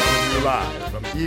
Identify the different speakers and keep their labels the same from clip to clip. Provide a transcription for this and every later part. Speaker 1: Live from E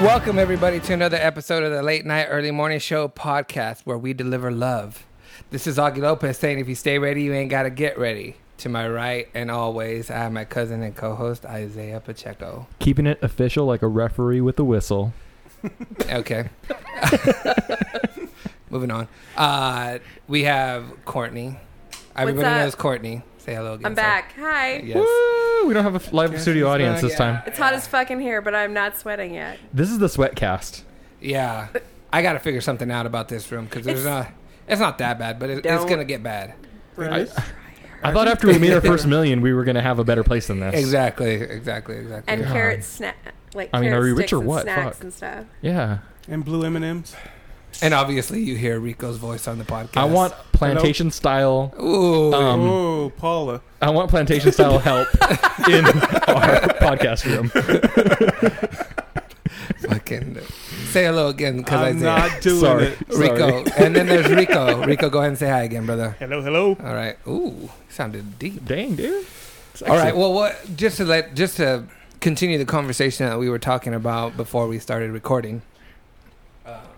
Speaker 2: Welcome, everybody, to another episode of the Late Night Early Morning Show podcast where we deliver love. This is Augie Lopez saying, if you stay ready, you ain't got to get ready. To my right, and always, I have my cousin and co host, Isaiah Pacheco.
Speaker 3: Keeping it official like a referee with a whistle.
Speaker 2: Okay. Moving on. Uh, we have Courtney. Everybody
Speaker 4: up?
Speaker 2: knows Courtney. Say hello again.
Speaker 4: I'm
Speaker 2: sir.
Speaker 4: back. Hi.
Speaker 2: Yes.
Speaker 3: Woo! We don't have a f- live studio
Speaker 2: she's
Speaker 3: audience
Speaker 2: back.
Speaker 3: this time.
Speaker 4: It's hot as fuck in here, but I'm not sweating yet.
Speaker 3: This is the sweatcast.
Speaker 2: Yeah. I got to figure something out about this room because there's
Speaker 4: It's-
Speaker 2: not. It's not that bad, but it, it's
Speaker 4: Don't-
Speaker 2: gonna get bad.
Speaker 3: I thought after we made our first million, we were going to have a better place than this.
Speaker 2: Exactly, exactly, exactly.
Speaker 4: And
Speaker 3: God.
Speaker 4: carrot snack, like
Speaker 3: I mean,
Speaker 4: carrot
Speaker 3: are we
Speaker 4: sticks
Speaker 3: rich or
Speaker 4: and
Speaker 3: what?
Speaker 4: Snacks
Speaker 3: Fuck.
Speaker 4: and stuff.
Speaker 3: Yeah.
Speaker 5: and blue M and M's.
Speaker 2: And obviously, you hear Rico's voice on the podcast.
Speaker 3: I want plantation style.
Speaker 2: Ooh,
Speaker 3: Um,
Speaker 5: Oh, Paula.
Speaker 3: I want plantation style help in our podcast room.
Speaker 2: fucking say hello again because I
Speaker 5: I'm
Speaker 2: did.
Speaker 5: not doing
Speaker 3: Sorry.
Speaker 5: it.
Speaker 3: Sorry.
Speaker 2: Rico, and then there's Rico. Rico, go ahead and say hi again, brother.
Speaker 5: Hello, hello.
Speaker 2: All right. Ooh, sounded deep.
Speaker 3: Dang, dude. It's
Speaker 2: All right.
Speaker 3: excellent.
Speaker 2: Well, what? Just to let, just to continue the conversation that we were talking about before we started recording.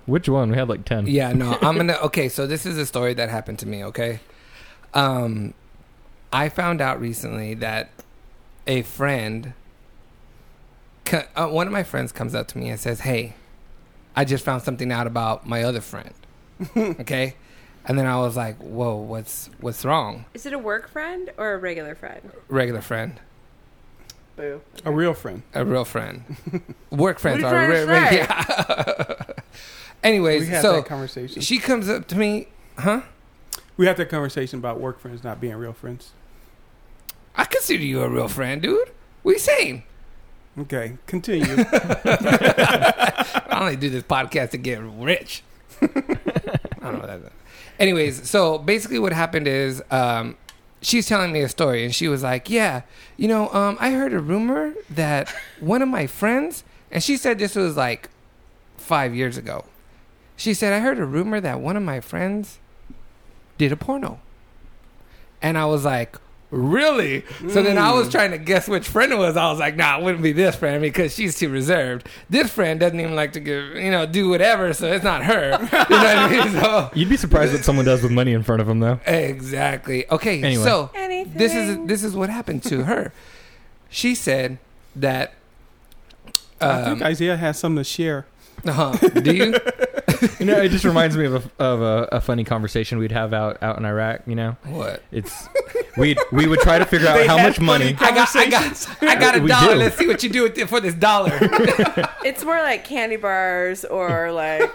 Speaker 3: Which one? We had like 10.
Speaker 2: Yeah, no, I'm gonna. Okay, so this is a story that happened to me. Okay, um, I found out recently that a friend, co- uh, one of my friends, comes up to me and says, "Hey, I just found something out about my other friend." okay, and then I was like, "Whoa, what's what's wrong?"
Speaker 4: Is it a work friend or a regular friend?
Speaker 2: Regular friend,
Speaker 4: Boo.
Speaker 5: A real friend.
Speaker 2: a real friend, work friends
Speaker 4: What
Speaker 2: are
Speaker 4: are you
Speaker 2: re-
Speaker 4: trying
Speaker 2: re-
Speaker 4: to
Speaker 2: yeah.
Speaker 5: We
Speaker 2: Anyways,
Speaker 5: had
Speaker 2: so
Speaker 5: that conversation.
Speaker 2: she comes up to me, huh?
Speaker 5: we had that conversation about work friends not being real friends.
Speaker 2: I consider you a real friend, dude. We same.
Speaker 5: Okay, continue.
Speaker 2: I only do this podcast to get rich. I don't know what that is. Anyways, so basically what happened is um, she's telling me a story and she was like, Yeah, you know, um, I heard a rumor that one of my friends, and she said this was like five years ago. She said, I heard a rumor that one of my friends did a porno. And I was like, Really? So then I was trying to guess which friend it was. I was like, nah, it wouldn't be this friend because she's too reserved. This friend doesn't even like to give, you know, do whatever, so it's not her. You know what I mean? So,
Speaker 3: You'd be surprised what someone does with money in front of them, though.
Speaker 2: exactly. Okay,
Speaker 3: Anyway.
Speaker 2: so
Speaker 4: Anything.
Speaker 2: this is this is what happened to her. she said that.
Speaker 5: I think
Speaker 2: Um,
Speaker 5: Isaiah has something to share.
Speaker 2: uh-huh. do you?
Speaker 3: You know, it just reminds me of a, of a, a funny conversation we'd have out, out in Iraq, you know?
Speaker 2: What?
Speaker 3: It's we we would try to figure out how much money.
Speaker 2: I got, I got, I got a
Speaker 3: We
Speaker 2: dollar.
Speaker 3: do.
Speaker 2: Let's see what you do with it for this dollar.
Speaker 4: It's more like candy bars or like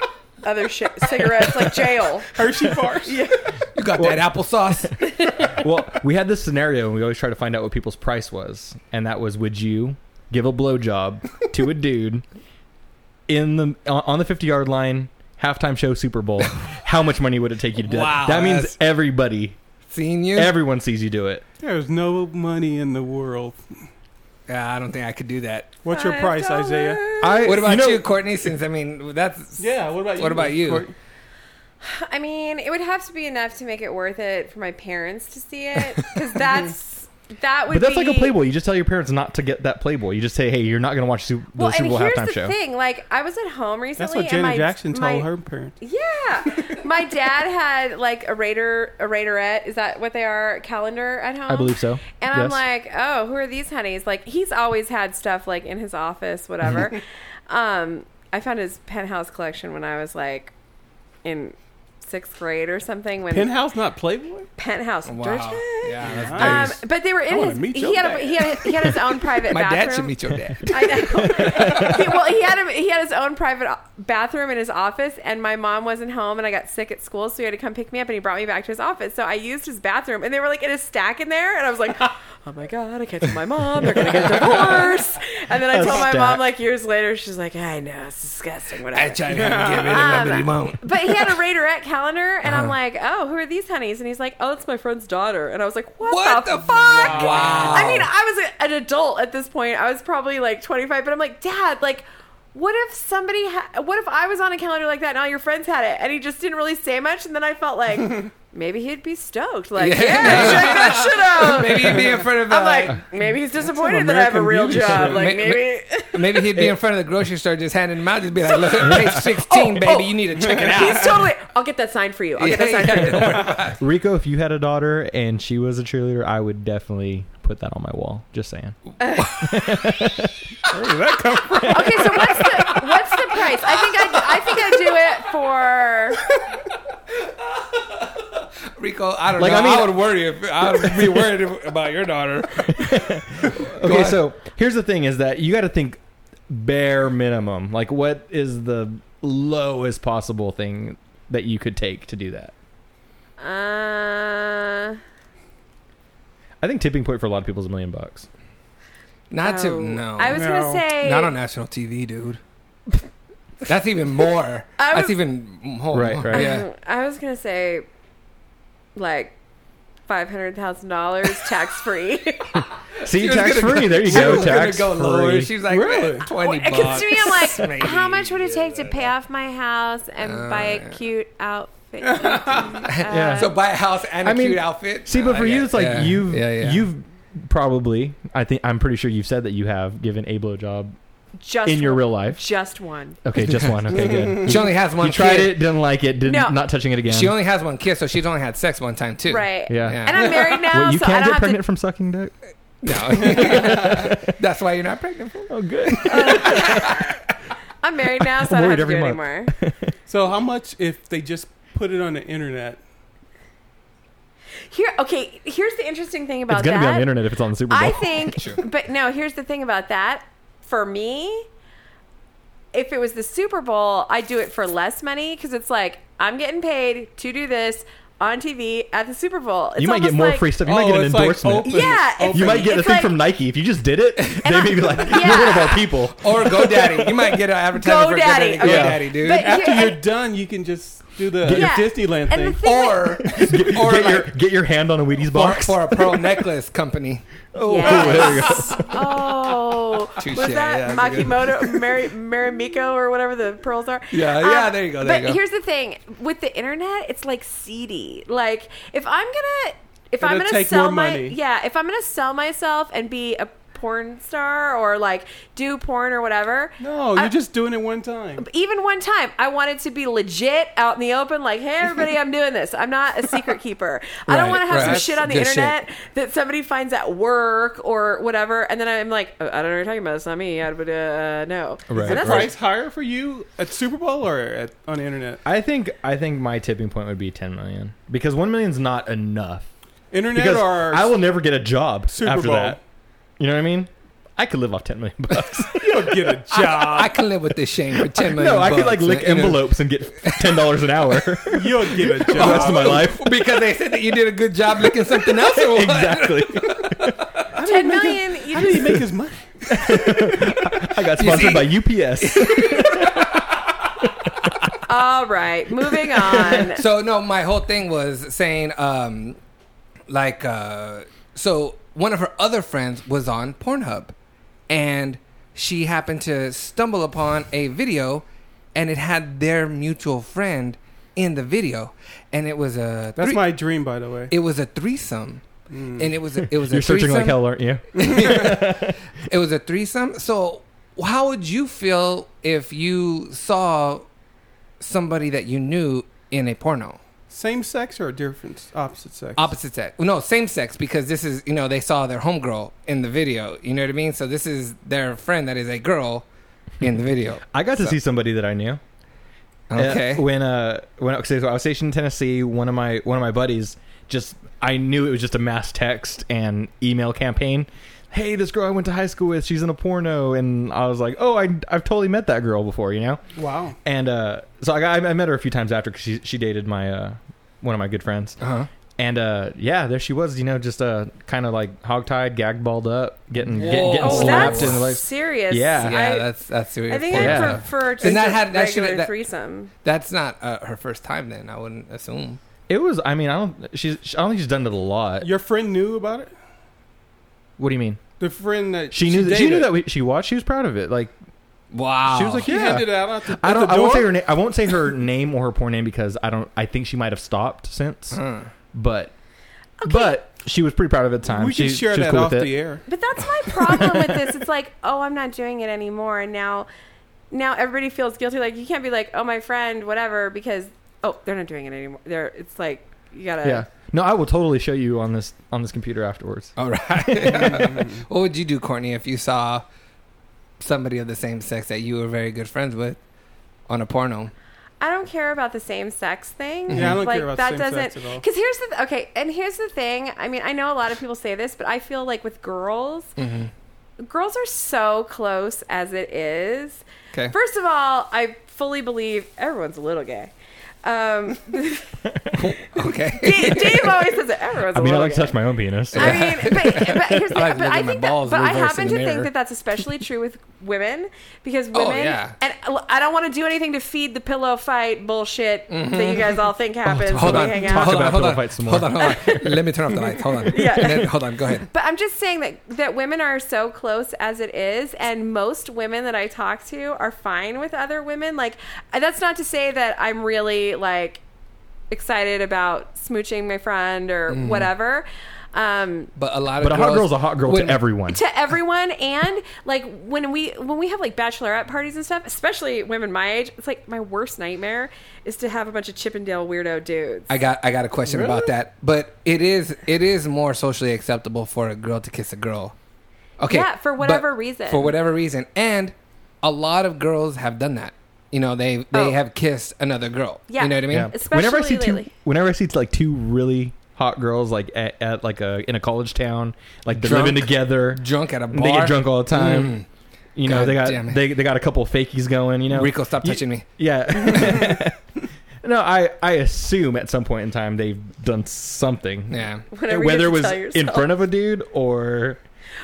Speaker 4: other shit, cigarettes, like jail.
Speaker 5: Hershey bars. yeah.
Speaker 2: You got that applesauce?
Speaker 3: Well, we had this scenario, and we always try to find out what people's price was, and that was: Would you give a blowjob to a dude in the on on the fifty yard line, halftime show, Super Bowl? How much money would it take you to do
Speaker 2: Wow,
Speaker 3: that? That means
Speaker 2: that's-
Speaker 3: everybody,
Speaker 2: Seeing you?
Speaker 3: everyone sees you do it.
Speaker 5: There's no money in the world.
Speaker 2: yeah, I don't think I could do that.
Speaker 5: What's your
Speaker 4: Five
Speaker 5: price, Isaiah?
Speaker 4: dollars.
Speaker 3: I
Speaker 2: What about you,
Speaker 3: know-
Speaker 2: Courtney? Since I mean, that's
Speaker 5: Yeah. What about you?
Speaker 2: What about you?
Speaker 5: Courtney?
Speaker 4: I mean, it would have to be enough to make it worth it for my parents to see it because that's that would.
Speaker 3: But that's like a
Speaker 4: be-
Speaker 3: Playboy. You just tell your parents not to get that Playboy. You just say, "Hey, you're not going to watch Super, the
Speaker 4: Well,
Speaker 3: Super
Speaker 4: and
Speaker 3: Bowl
Speaker 4: here's
Speaker 3: halftime
Speaker 4: the
Speaker 3: show."
Speaker 4: thing: like, I was at home recently.
Speaker 5: That's what
Speaker 4: and
Speaker 5: Janet
Speaker 4: my,
Speaker 5: Jackson told
Speaker 4: my-
Speaker 5: her parents.
Speaker 4: Yeah, my dad had like a raider, a raiderette. Is that what they are? Calendar at home.
Speaker 3: I believe so.
Speaker 4: And
Speaker 3: Yes.
Speaker 4: I'm like, oh, who are these honeys? Like he's always had stuff like in his office, whatever. um, I found his penthouse collection when I was like in sixth grade or something. When
Speaker 5: Penthouse, not Playboy.
Speaker 4: penthouse,
Speaker 2: wow. Yeah, that's
Speaker 4: Um,
Speaker 2: nice.
Speaker 4: but they were in
Speaker 5: wanna
Speaker 4: his.
Speaker 5: meet
Speaker 4: He
Speaker 5: your
Speaker 4: had, a,
Speaker 5: dad.
Speaker 4: he had he had his own private.
Speaker 2: My
Speaker 4: bathroom.
Speaker 2: dad should meet your dad.
Speaker 4: I know. he, well, he had a, he had his own private o- bathroom in his office, and my mom wasn't home, and I got sick at school, so he had to come pick me up, and he brought me back to his office. So I used his bathroom, and they were like in a stack in there, and I was like, oh my god, I can't tell my mom. They're gonna get divorced. And then I
Speaker 3: A
Speaker 4: tell my
Speaker 3: stat.
Speaker 4: mom like years later. She's like, I know it's disgusting. Whatever.
Speaker 2: I try to get rid of them, but he won't.
Speaker 4: But he had a Raiderette calendar, and
Speaker 2: Uh-huh.
Speaker 4: I'm like, oh, who are these honeys? And he's like, oh, it's my friend's daughter. And I was like, what,
Speaker 2: What
Speaker 4: the,
Speaker 2: the
Speaker 4: fuck?
Speaker 2: fuck? Wow.
Speaker 4: I mean, I was a, an adult at this point. I was probably like 25, but I'm like, dad, like, what if somebody, ha- what if I was on a calendar like that and all your friends had it? And he just didn't really say much. And then I felt like, maybe he'd be stoked. Like,
Speaker 2: Yeah.
Speaker 4: yeah, check that shit out.
Speaker 2: Maybe he'd be in front of. Uh,
Speaker 4: Oh. I'm like, maybe he's disappointed that I have a
Speaker 3: American
Speaker 4: real
Speaker 3: Beauty
Speaker 4: job.
Speaker 3: show.
Speaker 4: Like,
Speaker 2: Ma- ma-
Speaker 4: maybe.
Speaker 2: maybe he'd be in front of the grocery store just handing them out, just be like, "Look, page sixteen,
Speaker 4: Oh,
Speaker 2: baby,
Speaker 4: oh.
Speaker 2: you need to check it out."
Speaker 4: He's totally. I'll get that sign for you. I'll get that sign for you.
Speaker 3: Rico, if you had a daughter and she was a cheerleader, I would definitely put that on my wall. Just saying.
Speaker 1: Where did that come from?
Speaker 4: Okay, so what's the what's the price? I think I I think I do it for
Speaker 2: Rico, I don't
Speaker 3: Like,
Speaker 2: know. I,
Speaker 3: I mean-
Speaker 2: would worry if I would be worried about your daughter.
Speaker 3: Okay,
Speaker 2: ahead.
Speaker 3: so here's the thing: is that you got to think bare minimum. Like, what is the lowest possible thing that you could take to do that?
Speaker 4: uh
Speaker 3: I think tipping point for a lot of people is a million bucks.
Speaker 2: Not to
Speaker 4: oh,
Speaker 2: no,
Speaker 4: I was
Speaker 5: No.
Speaker 4: gonna say
Speaker 2: not on national TV, dude. That's even more.
Speaker 4: I
Speaker 2: That's
Speaker 4: was-
Speaker 2: even more.
Speaker 3: Right, right.
Speaker 2: Yeah.
Speaker 4: I was gonna say like five hundred thousand dollars tax free.
Speaker 3: See,
Speaker 2: She was
Speaker 3: tax
Speaker 2: gonna
Speaker 3: free. There you
Speaker 2: she
Speaker 3: go.
Speaker 2: was gonna
Speaker 3: Tax
Speaker 2: go lower.
Speaker 3: free.
Speaker 2: She's like
Speaker 5: Really?
Speaker 2: twenty
Speaker 4: it
Speaker 2: bucks.
Speaker 4: comes to me, I'm like,
Speaker 2: Maybe.
Speaker 4: how much would it take to pay off my house and
Speaker 2: Oh,
Speaker 4: buy a
Speaker 2: yeah.
Speaker 4: cute outfit? Uh,
Speaker 3: Yeah.
Speaker 2: So buy a house and a
Speaker 3: I mean,
Speaker 2: cute outfit.
Speaker 3: See, but
Speaker 2: I
Speaker 3: for you, it's like
Speaker 2: Uh, yeah.
Speaker 3: you've
Speaker 2: Yeah, yeah.
Speaker 3: you've probably. I think I'm pretty sure you've said that you have given a blowjob
Speaker 4: just
Speaker 3: in your real life.
Speaker 4: just one.
Speaker 3: Okay, just one. Okay, good.
Speaker 2: She only has one.
Speaker 3: You tried
Speaker 2: kid.
Speaker 3: it, didn't like it, didn't
Speaker 4: No.
Speaker 3: not touching it again.
Speaker 2: She only has one kid, so she's only had sex one time too.
Speaker 4: Right.
Speaker 3: yeah.
Speaker 2: Yeah.
Speaker 4: And I'm married now,
Speaker 3: Wait, you
Speaker 4: so I
Speaker 3: can't
Speaker 4: don't
Speaker 3: get
Speaker 4: have
Speaker 3: pregnant
Speaker 4: to
Speaker 3: from sucking dick.
Speaker 2: No, that's why you're not pregnant.
Speaker 3: Oh, good.
Speaker 4: I'm married now, so
Speaker 3: I'm
Speaker 4: I
Speaker 3: worried
Speaker 4: don't have to do it
Speaker 3: every month.
Speaker 4: anymore.
Speaker 5: So how much if they just put it on the internet?
Speaker 4: Here okay, here's the interesting thing about
Speaker 3: it's gonna
Speaker 4: that.
Speaker 3: be on the internet if it's on the Super Bowl.
Speaker 4: I think,
Speaker 2: Sure.
Speaker 4: but no, here's the thing about that. For me, if it was the Super Bowl, I'd do it for less money because it's like, I'm getting paid to do this on TV at the Super Bowl. It's
Speaker 3: you might get
Speaker 4: almost
Speaker 3: more
Speaker 4: like-
Speaker 3: free stuff. You might get an
Speaker 5: Oh, it's like
Speaker 3: endorsement.
Speaker 5: open-
Speaker 4: Yeah, it's-
Speaker 5: open.
Speaker 3: you might get a
Speaker 4: It's
Speaker 3: thing
Speaker 4: like-
Speaker 3: from Nike if you just did it. They
Speaker 4: I-
Speaker 3: may be like,
Speaker 4: Yeah.
Speaker 3: "You're one of our people."
Speaker 2: Or GoDaddy. You might get an advertisement
Speaker 4: GoDaddy,
Speaker 2: for GoDaddy,
Speaker 4: okay.
Speaker 2: GoDaddy dude.
Speaker 4: But-
Speaker 5: After
Speaker 4: Yeah,
Speaker 5: you're
Speaker 4: and-
Speaker 5: done, you can just do the
Speaker 4: Yeah.
Speaker 5: Disneyland
Speaker 4: And the
Speaker 5: thing.
Speaker 4: thing with-
Speaker 2: or or
Speaker 3: get, your,
Speaker 2: like
Speaker 3: get your hand on a Wheaties
Speaker 2: for,
Speaker 3: box.
Speaker 2: for a pearl necklace company.
Speaker 3: oh,
Speaker 4: Yes.
Speaker 3: there you go.
Speaker 4: oh,
Speaker 2: Touche,
Speaker 4: was
Speaker 2: yeah,
Speaker 4: that
Speaker 2: that's a good-
Speaker 4: Makimoto, Mari, Marimiko, or whatever the pearls are? Um,
Speaker 2: Yeah, yeah, there you go, there
Speaker 4: but
Speaker 2: you go.
Speaker 4: here's the thing: with the internet, it's like seedy. Like if I'm gonna, if I'm
Speaker 5: It'll
Speaker 4: gonna
Speaker 5: take
Speaker 4: sell
Speaker 5: more
Speaker 4: my,
Speaker 5: money.
Speaker 4: yeah, if I'm gonna sell myself and be a porn star or like do porn or whatever,
Speaker 5: no,
Speaker 4: I-
Speaker 5: you're just doing it one time.
Speaker 4: even one time I wanted to be legit out in the open, like, hey, everybody, I'm doing this. I'm not a secret keeper. I don't
Speaker 2: Right,
Speaker 4: want to have
Speaker 2: right.
Speaker 4: some
Speaker 2: That's
Speaker 4: shit on the
Speaker 2: good shit.
Speaker 4: internet that somebody finds at work or whatever. And then I'm like, oh, I don't know what you're talking about. It's not me. I would, uh, no.
Speaker 3: Right,
Speaker 4: And that's
Speaker 5: Price higher for you at Super Bowl or at, on the internet?
Speaker 3: I think I think my tipping point would be 10 million because 1 million's not enough.
Speaker 5: Internet
Speaker 3: Because
Speaker 5: or
Speaker 3: I will never get a job
Speaker 5: Super
Speaker 3: after
Speaker 5: Bowl.
Speaker 3: that. You know what I mean? I could live off 10 million bucks.
Speaker 5: you'll get a
Speaker 2: I
Speaker 5: job.
Speaker 2: can live with this shame for ten million.
Speaker 3: no, I could like
Speaker 2: bucks,
Speaker 3: lick
Speaker 2: you know.
Speaker 3: envelopes and get $10 an hour the
Speaker 5: you'll get a
Speaker 3: rest of
Speaker 5: job.
Speaker 3: my life.
Speaker 2: because they said that you did a good job licking something else. Or what?
Speaker 3: exactly.
Speaker 4: like 10 million.
Speaker 5: How
Speaker 4: You
Speaker 5: did he make his money?
Speaker 3: I got
Speaker 2: You
Speaker 3: sponsored
Speaker 2: see?
Speaker 3: by UPS.
Speaker 4: all right, moving on.
Speaker 2: So no, my whole thing was saying, um, like, uh, so one of her other friends was on Pornhub, and she happened to stumble upon a video, and it had their mutual friend in the video, and it was a
Speaker 5: That's
Speaker 2: three-
Speaker 5: my Hmm. dream, by the way.
Speaker 2: it was a threesome, and it was a, it was a
Speaker 3: You're searching like
Speaker 2: threesome.
Speaker 3: hell, aren't you?
Speaker 2: It was a threesome. So, how would you feel if you saw somebody that you knew in a porno?
Speaker 5: Same sex or different, opposite sex?
Speaker 2: Opposite sex. No, same sex because this is, you know, they saw their homegirl in the video. You know what I mean? So, this is their friend that is a girl in the video.
Speaker 3: I got to
Speaker 2: So-
Speaker 3: see somebody that I knew.
Speaker 2: Okay.
Speaker 3: Uh, when uh when so I was stationed in Tennessee, one of my one of my buddies just I knew it was just a mass text and email campaign. Hey, this girl I went to high school with, she's in a porno, and I was like, oh, I I've totally met that girl before, you know.
Speaker 5: Wow.
Speaker 3: And uh, so I, got- I met her a few times after because she she dated my uh one of my good friends,
Speaker 2: Uh-huh.
Speaker 3: And uh, yeah, there she was, you know, just uh, kind of like hogtied, gag balled up, getting get-
Speaker 2: Whoa.
Speaker 3: getting
Speaker 2: Oh,
Speaker 3: slapped
Speaker 4: that's
Speaker 3: in the legs.
Speaker 4: serious.
Speaker 3: Yeah.
Speaker 2: Yeah,
Speaker 4: I,
Speaker 2: that's that's serious.
Speaker 4: I think
Speaker 2: porn.
Speaker 3: Yeah.
Speaker 4: I prefer just
Speaker 2: Then that
Speaker 4: a
Speaker 2: had- that should've-
Speaker 4: regular
Speaker 2: that-
Speaker 4: threesome.
Speaker 2: that's not uh, her first time. Then I wouldn't assume.
Speaker 3: It was. I mean, I don't. She's. I don't think she's done it a lot.
Speaker 5: Your friend knew about it.
Speaker 3: What do you mean?
Speaker 5: The friend that
Speaker 3: She knew. that, she knew
Speaker 5: dated.
Speaker 3: that we, she watched. She was proud of it. Like
Speaker 2: Wow.
Speaker 3: she was like,
Speaker 5: He
Speaker 3: yeah.
Speaker 5: handed it out at the,
Speaker 3: I
Speaker 5: at
Speaker 3: don't.
Speaker 5: the
Speaker 3: I won't say
Speaker 5: door?
Speaker 3: her name. I won't say her name or her porn name because I don't. I think she might have stopped since.
Speaker 2: Huh.
Speaker 3: But, but she was pretty proud of it at the time.
Speaker 5: We can
Speaker 3: She-
Speaker 5: share
Speaker 3: she was
Speaker 5: that
Speaker 3: cool
Speaker 5: off
Speaker 3: with it. Mm-hmm.
Speaker 5: the air.
Speaker 4: But that's my problem with this. It's like, oh, I'm not doing it anymore, and now, now everybody feels guilty. Like you can't be like, oh, my friend, whatever, because oh, they're not doing it anymore. They're it's like you gotta.
Speaker 3: Yeah. No, I will totally show you on this on this computer afterwards.
Speaker 2: All right. what would you do, Courtney, if you saw somebody of the same sex that you were very good friends with on a porno?
Speaker 4: I don't care about the same sex thing.
Speaker 5: Yeah, I don't
Speaker 4: like
Speaker 5: care about
Speaker 4: that
Speaker 5: same
Speaker 4: doesn't.
Speaker 5: sex at all.
Speaker 4: Because here's the th- okay, and here's the thing. I mean, I know a lot of people say this, but I feel like with girls,
Speaker 2: Mm-hmm.
Speaker 4: girls are so close as it is.
Speaker 2: 'Kay.
Speaker 4: First of all, I fully believe everyone's a little gay. Um,
Speaker 2: Okay.
Speaker 4: Dave, Dave always says that everyone's.
Speaker 3: I
Speaker 4: a
Speaker 3: mean, I
Speaker 4: little
Speaker 3: like
Speaker 4: gay.
Speaker 3: to touch my own penis.
Speaker 4: I mean, but, but, here's the,
Speaker 2: I like
Speaker 4: but
Speaker 2: looking
Speaker 4: I
Speaker 2: at
Speaker 4: think
Speaker 2: my
Speaker 4: that,
Speaker 2: balls
Speaker 4: but I
Speaker 2: reversed
Speaker 4: happen
Speaker 2: in
Speaker 4: to
Speaker 2: the
Speaker 4: think
Speaker 2: mirror.
Speaker 4: that that's especially true with women because
Speaker 2: Oh,
Speaker 4: women
Speaker 2: yeah.
Speaker 4: and I don't want to do anything to feed the pillow fight bullshit that you guys all think happens when
Speaker 2: Hold
Speaker 4: we
Speaker 2: on.
Speaker 4: hang
Speaker 2: Mm-hmm. Oh, Talk
Speaker 4: out.
Speaker 2: about
Speaker 3: Talk about
Speaker 2: hold
Speaker 3: pillow
Speaker 2: on.
Speaker 3: fight some
Speaker 2: Hold
Speaker 3: more.
Speaker 2: on. Hold on. Let me turn off the lights. Hold on.
Speaker 4: Yeah.
Speaker 2: Let- hold on. Go ahead.
Speaker 4: But I'm just saying that that women are so close as it is, and most women that I talk to are fine with other women. Like uh, that's not to say that I'm really like excited about smooching my friend or
Speaker 2: Mm-hmm.
Speaker 4: whatever. Um,
Speaker 2: But a lot of
Speaker 3: but a hot girl's a hot girl
Speaker 2: when-
Speaker 3: to everyone.
Speaker 4: to everyone and like when we when we have like bachelorette parties and stuff especially women my age it's like my worst nightmare is to have a bunch of chippendale weirdo dudes
Speaker 2: I got I got a question about that. But it is it is more socially acceptable for a girl to kiss a girl. Okay.
Speaker 4: Yeah, for
Speaker 2: but
Speaker 4: whatever reason.
Speaker 2: For whatever reason. And a lot of girls have done that. You know, they they
Speaker 4: Oh.
Speaker 2: have kissed another girl.
Speaker 4: Yeah.
Speaker 2: You know what I mean?
Speaker 3: yeah.
Speaker 4: especially
Speaker 3: whenever I see two,
Speaker 4: lately.
Speaker 3: whenever I see like two really hot girls like at, at like a in a college town, like they're
Speaker 2: Drunk.
Speaker 3: living together,
Speaker 2: Drunk at a bar.
Speaker 3: they get drunk all the time.
Speaker 2: Mm.
Speaker 3: You
Speaker 2: God
Speaker 3: know, they
Speaker 2: damn it.
Speaker 3: got they, they got a couple fakies going. You know,
Speaker 2: Rico, stop
Speaker 3: You-
Speaker 2: touching me.
Speaker 3: Yeah. no, I I assume at some point in time they've done something.
Speaker 2: Yeah.
Speaker 4: Whatever you
Speaker 3: Whether it
Speaker 4: have to
Speaker 3: was
Speaker 4: tell
Speaker 3: in
Speaker 4: yourself.
Speaker 3: front of a dude or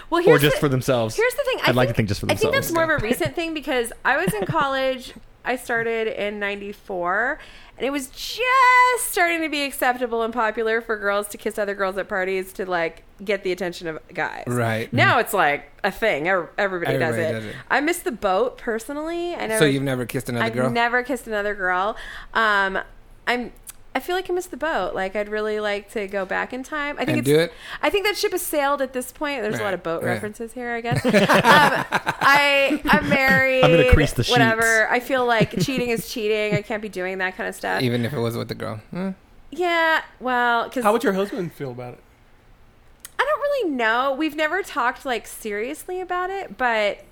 Speaker 4: well
Speaker 3: or
Speaker 4: here's
Speaker 3: just
Speaker 4: the,
Speaker 3: for themselves.
Speaker 4: here's the thing I
Speaker 3: I'd like to think just for
Speaker 4: i think that's
Speaker 3: themselves.
Speaker 4: more of a recent thing because i was in college i started in 94 and it was just starting to be acceptable and popular for girls to kiss other girls at parties to like get the attention of guys
Speaker 2: Right.
Speaker 4: now it's like a thing Ev- everybody,
Speaker 2: Everybody
Speaker 4: does, it.
Speaker 2: does it.
Speaker 4: i miss the boat personally i never
Speaker 2: So you've never kissed another
Speaker 4: I've
Speaker 2: girl?
Speaker 4: never kissed another girl. Um, I'm. I feel like I missed the boat. Like I'd really like to go back in time. I think
Speaker 2: And
Speaker 4: it's,
Speaker 2: do it?
Speaker 4: I think that ship has sailed at this point. There's a lot of boat
Speaker 2: Right, right.
Speaker 4: references here, I guess. um, I I'm married.
Speaker 3: I'm gonna crease the sheets.
Speaker 4: Whatever. I feel like cheating is cheating. I can't be doing that kind of stuff.
Speaker 2: Even if it was with the girl. Hmm, Huh?
Speaker 4: yeah. Well, because
Speaker 5: How would your husband feel about it?
Speaker 4: I don't really know. We've never talked like seriously about it, but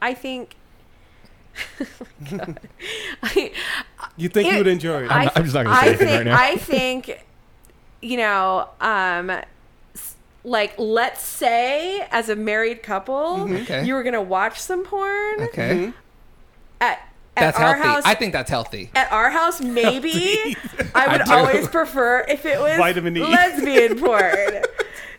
Speaker 4: I think. God. I,
Speaker 5: You think
Speaker 4: It-
Speaker 5: you would enjoy it?
Speaker 3: I'm
Speaker 4: I
Speaker 3: not- I'm just not gonna
Speaker 4: th-
Speaker 3: say anything
Speaker 4: I think,
Speaker 3: right now.
Speaker 4: I think, you know, um, s- like let's say as a married couple,
Speaker 3: Mm-hmm,
Speaker 2: Okay.
Speaker 4: you were gonna watch some porn
Speaker 2: Okay.
Speaker 4: at at
Speaker 2: That's
Speaker 4: our
Speaker 2: healthy.
Speaker 4: house.
Speaker 2: I think that's healthy.
Speaker 4: at our house, maybe I would
Speaker 2: do.
Speaker 4: always prefer if it was
Speaker 5: Vitamin E.
Speaker 4: lesbian porn.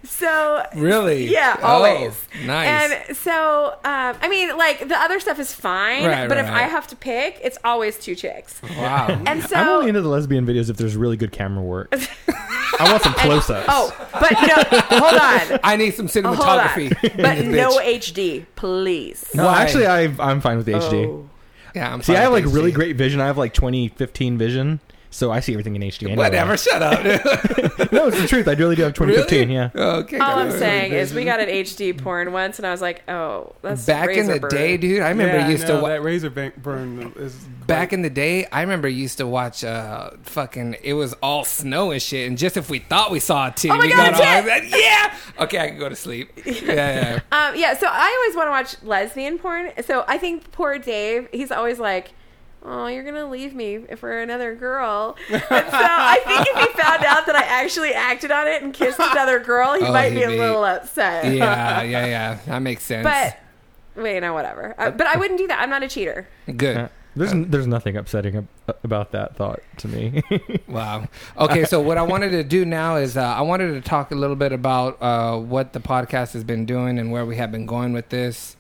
Speaker 4: So
Speaker 2: Really?
Speaker 4: yeah,
Speaker 2: Oh,
Speaker 4: always.
Speaker 2: nice.
Speaker 4: And so, um, I mean, like the other stuff is fine,
Speaker 2: Right,
Speaker 4: but
Speaker 2: right,
Speaker 4: if
Speaker 2: right.
Speaker 4: I have to pick, it's always two chicks.
Speaker 2: Wow.
Speaker 4: And so
Speaker 3: I'm only into the lesbian videos if there's really good camera work. I want some close ups.
Speaker 4: Oh, but no, hold on.
Speaker 2: I need some
Speaker 4: Hold on.
Speaker 2: cinematography. in
Speaker 4: But
Speaker 2: this
Speaker 4: no
Speaker 2: bitch.
Speaker 4: HD, please.
Speaker 3: well,
Speaker 2: Why?
Speaker 3: actually, I've, I'm fine with the HD.
Speaker 4: Oh.
Speaker 2: Yeah, I'm
Speaker 3: See,
Speaker 2: fine
Speaker 3: I have
Speaker 2: with
Speaker 3: like really
Speaker 2: HD.
Speaker 3: great vision. I have like 2015 vision, so I see everything in HD. Anyway.
Speaker 2: Whatever. Shut up. dude. Oh,
Speaker 3: no, it's the truth. I really do have 2015.
Speaker 2: really?
Speaker 3: Yeah.
Speaker 2: Okay.
Speaker 4: All
Speaker 2: got
Speaker 4: I'm
Speaker 2: it.
Speaker 4: saying is we got an HD porn once, and I was like, oh, that's
Speaker 2: back in
Speaker 4: razor
Speaker 2: the
Speaker 4: burn.
Speaker 2: day, dude. I remember
Speaker 5: yeah,
Speaker 2: used
Speaker 5: no,
Speaker 2: to wa-
Speaker 5: that razor bank burn is
Speaker 2: back in the day. I remember used to watch uh, fucking. It was all snow and shit. And just if we thought we saw a titty,
Speaker 4: Oh my
Speaker 2: we
Speaker 4: God,
Speaker 2: got
Speaker 4: a
Speaker 2: all
Speaker 4: tit!
Speaker 2: that. Yeah. Okay, I can go to sleep. Yeah, yeah.
Speaker 4: Um, yeah, so I always want to watch lesbian porn. So I think poor Dave, he's always like, oh, you're going to leave me if we're another girl. And so I think if he found out that I actually acted on it and kissed another girl, he
Speaker 2: Oh,
Speaker 4: might
Speaker 2: he'd
Speaker 4: be a
Speaker 2: be-
Speaker 4: little upset.
Speaker 2: yeah, yeah, yeah. That makes sense.
Speaker 4: But, wait, no, whatever. Uh, but I wouldn't do that. I'm not a cheater.
Speaker 2: Good.
Speaker 3: Yeah. There's there's nothing upsetting ab- uh, about that thought to me.
Speaker 2: Wow. Okay, so what I wanted to do now is uh, I wanted to talk a little bit about uh, what the podcast has been doing and where we have been going with this.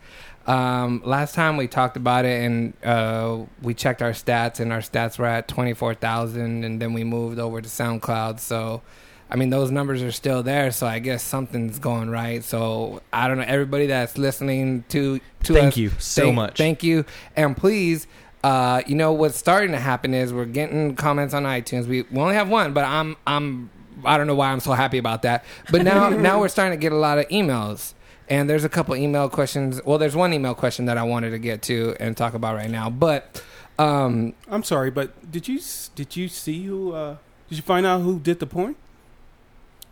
Speaker 2: Um, last time we talked about it and uh, we checked our stats, and our stats were at 24,000, and then we moved over to SoundCloud. So, I mean, those numbers are still there, so I guess something's going right. So, I don't know. Everybody that's listening to, to
Speaker 3: Thank
Speaker 2: us,
Speaker 3: you so
Speaker 2: thank-
Speaker 3: much.
Speaker 2: Thank you. And please, uh, you know what's starting to happen is we're getting comments on iTunes. We, we only have one, but I'm I'm I don't know why I'm so happy about that. But now now we're starting to get a lot of emails. And there's a couple email questions. Well, there's one email question that I wanted to get to and talk about right now. But um,
Speaker 5: I'm sorry, but did you s- did you see who? Uh, did you find out who did the porn?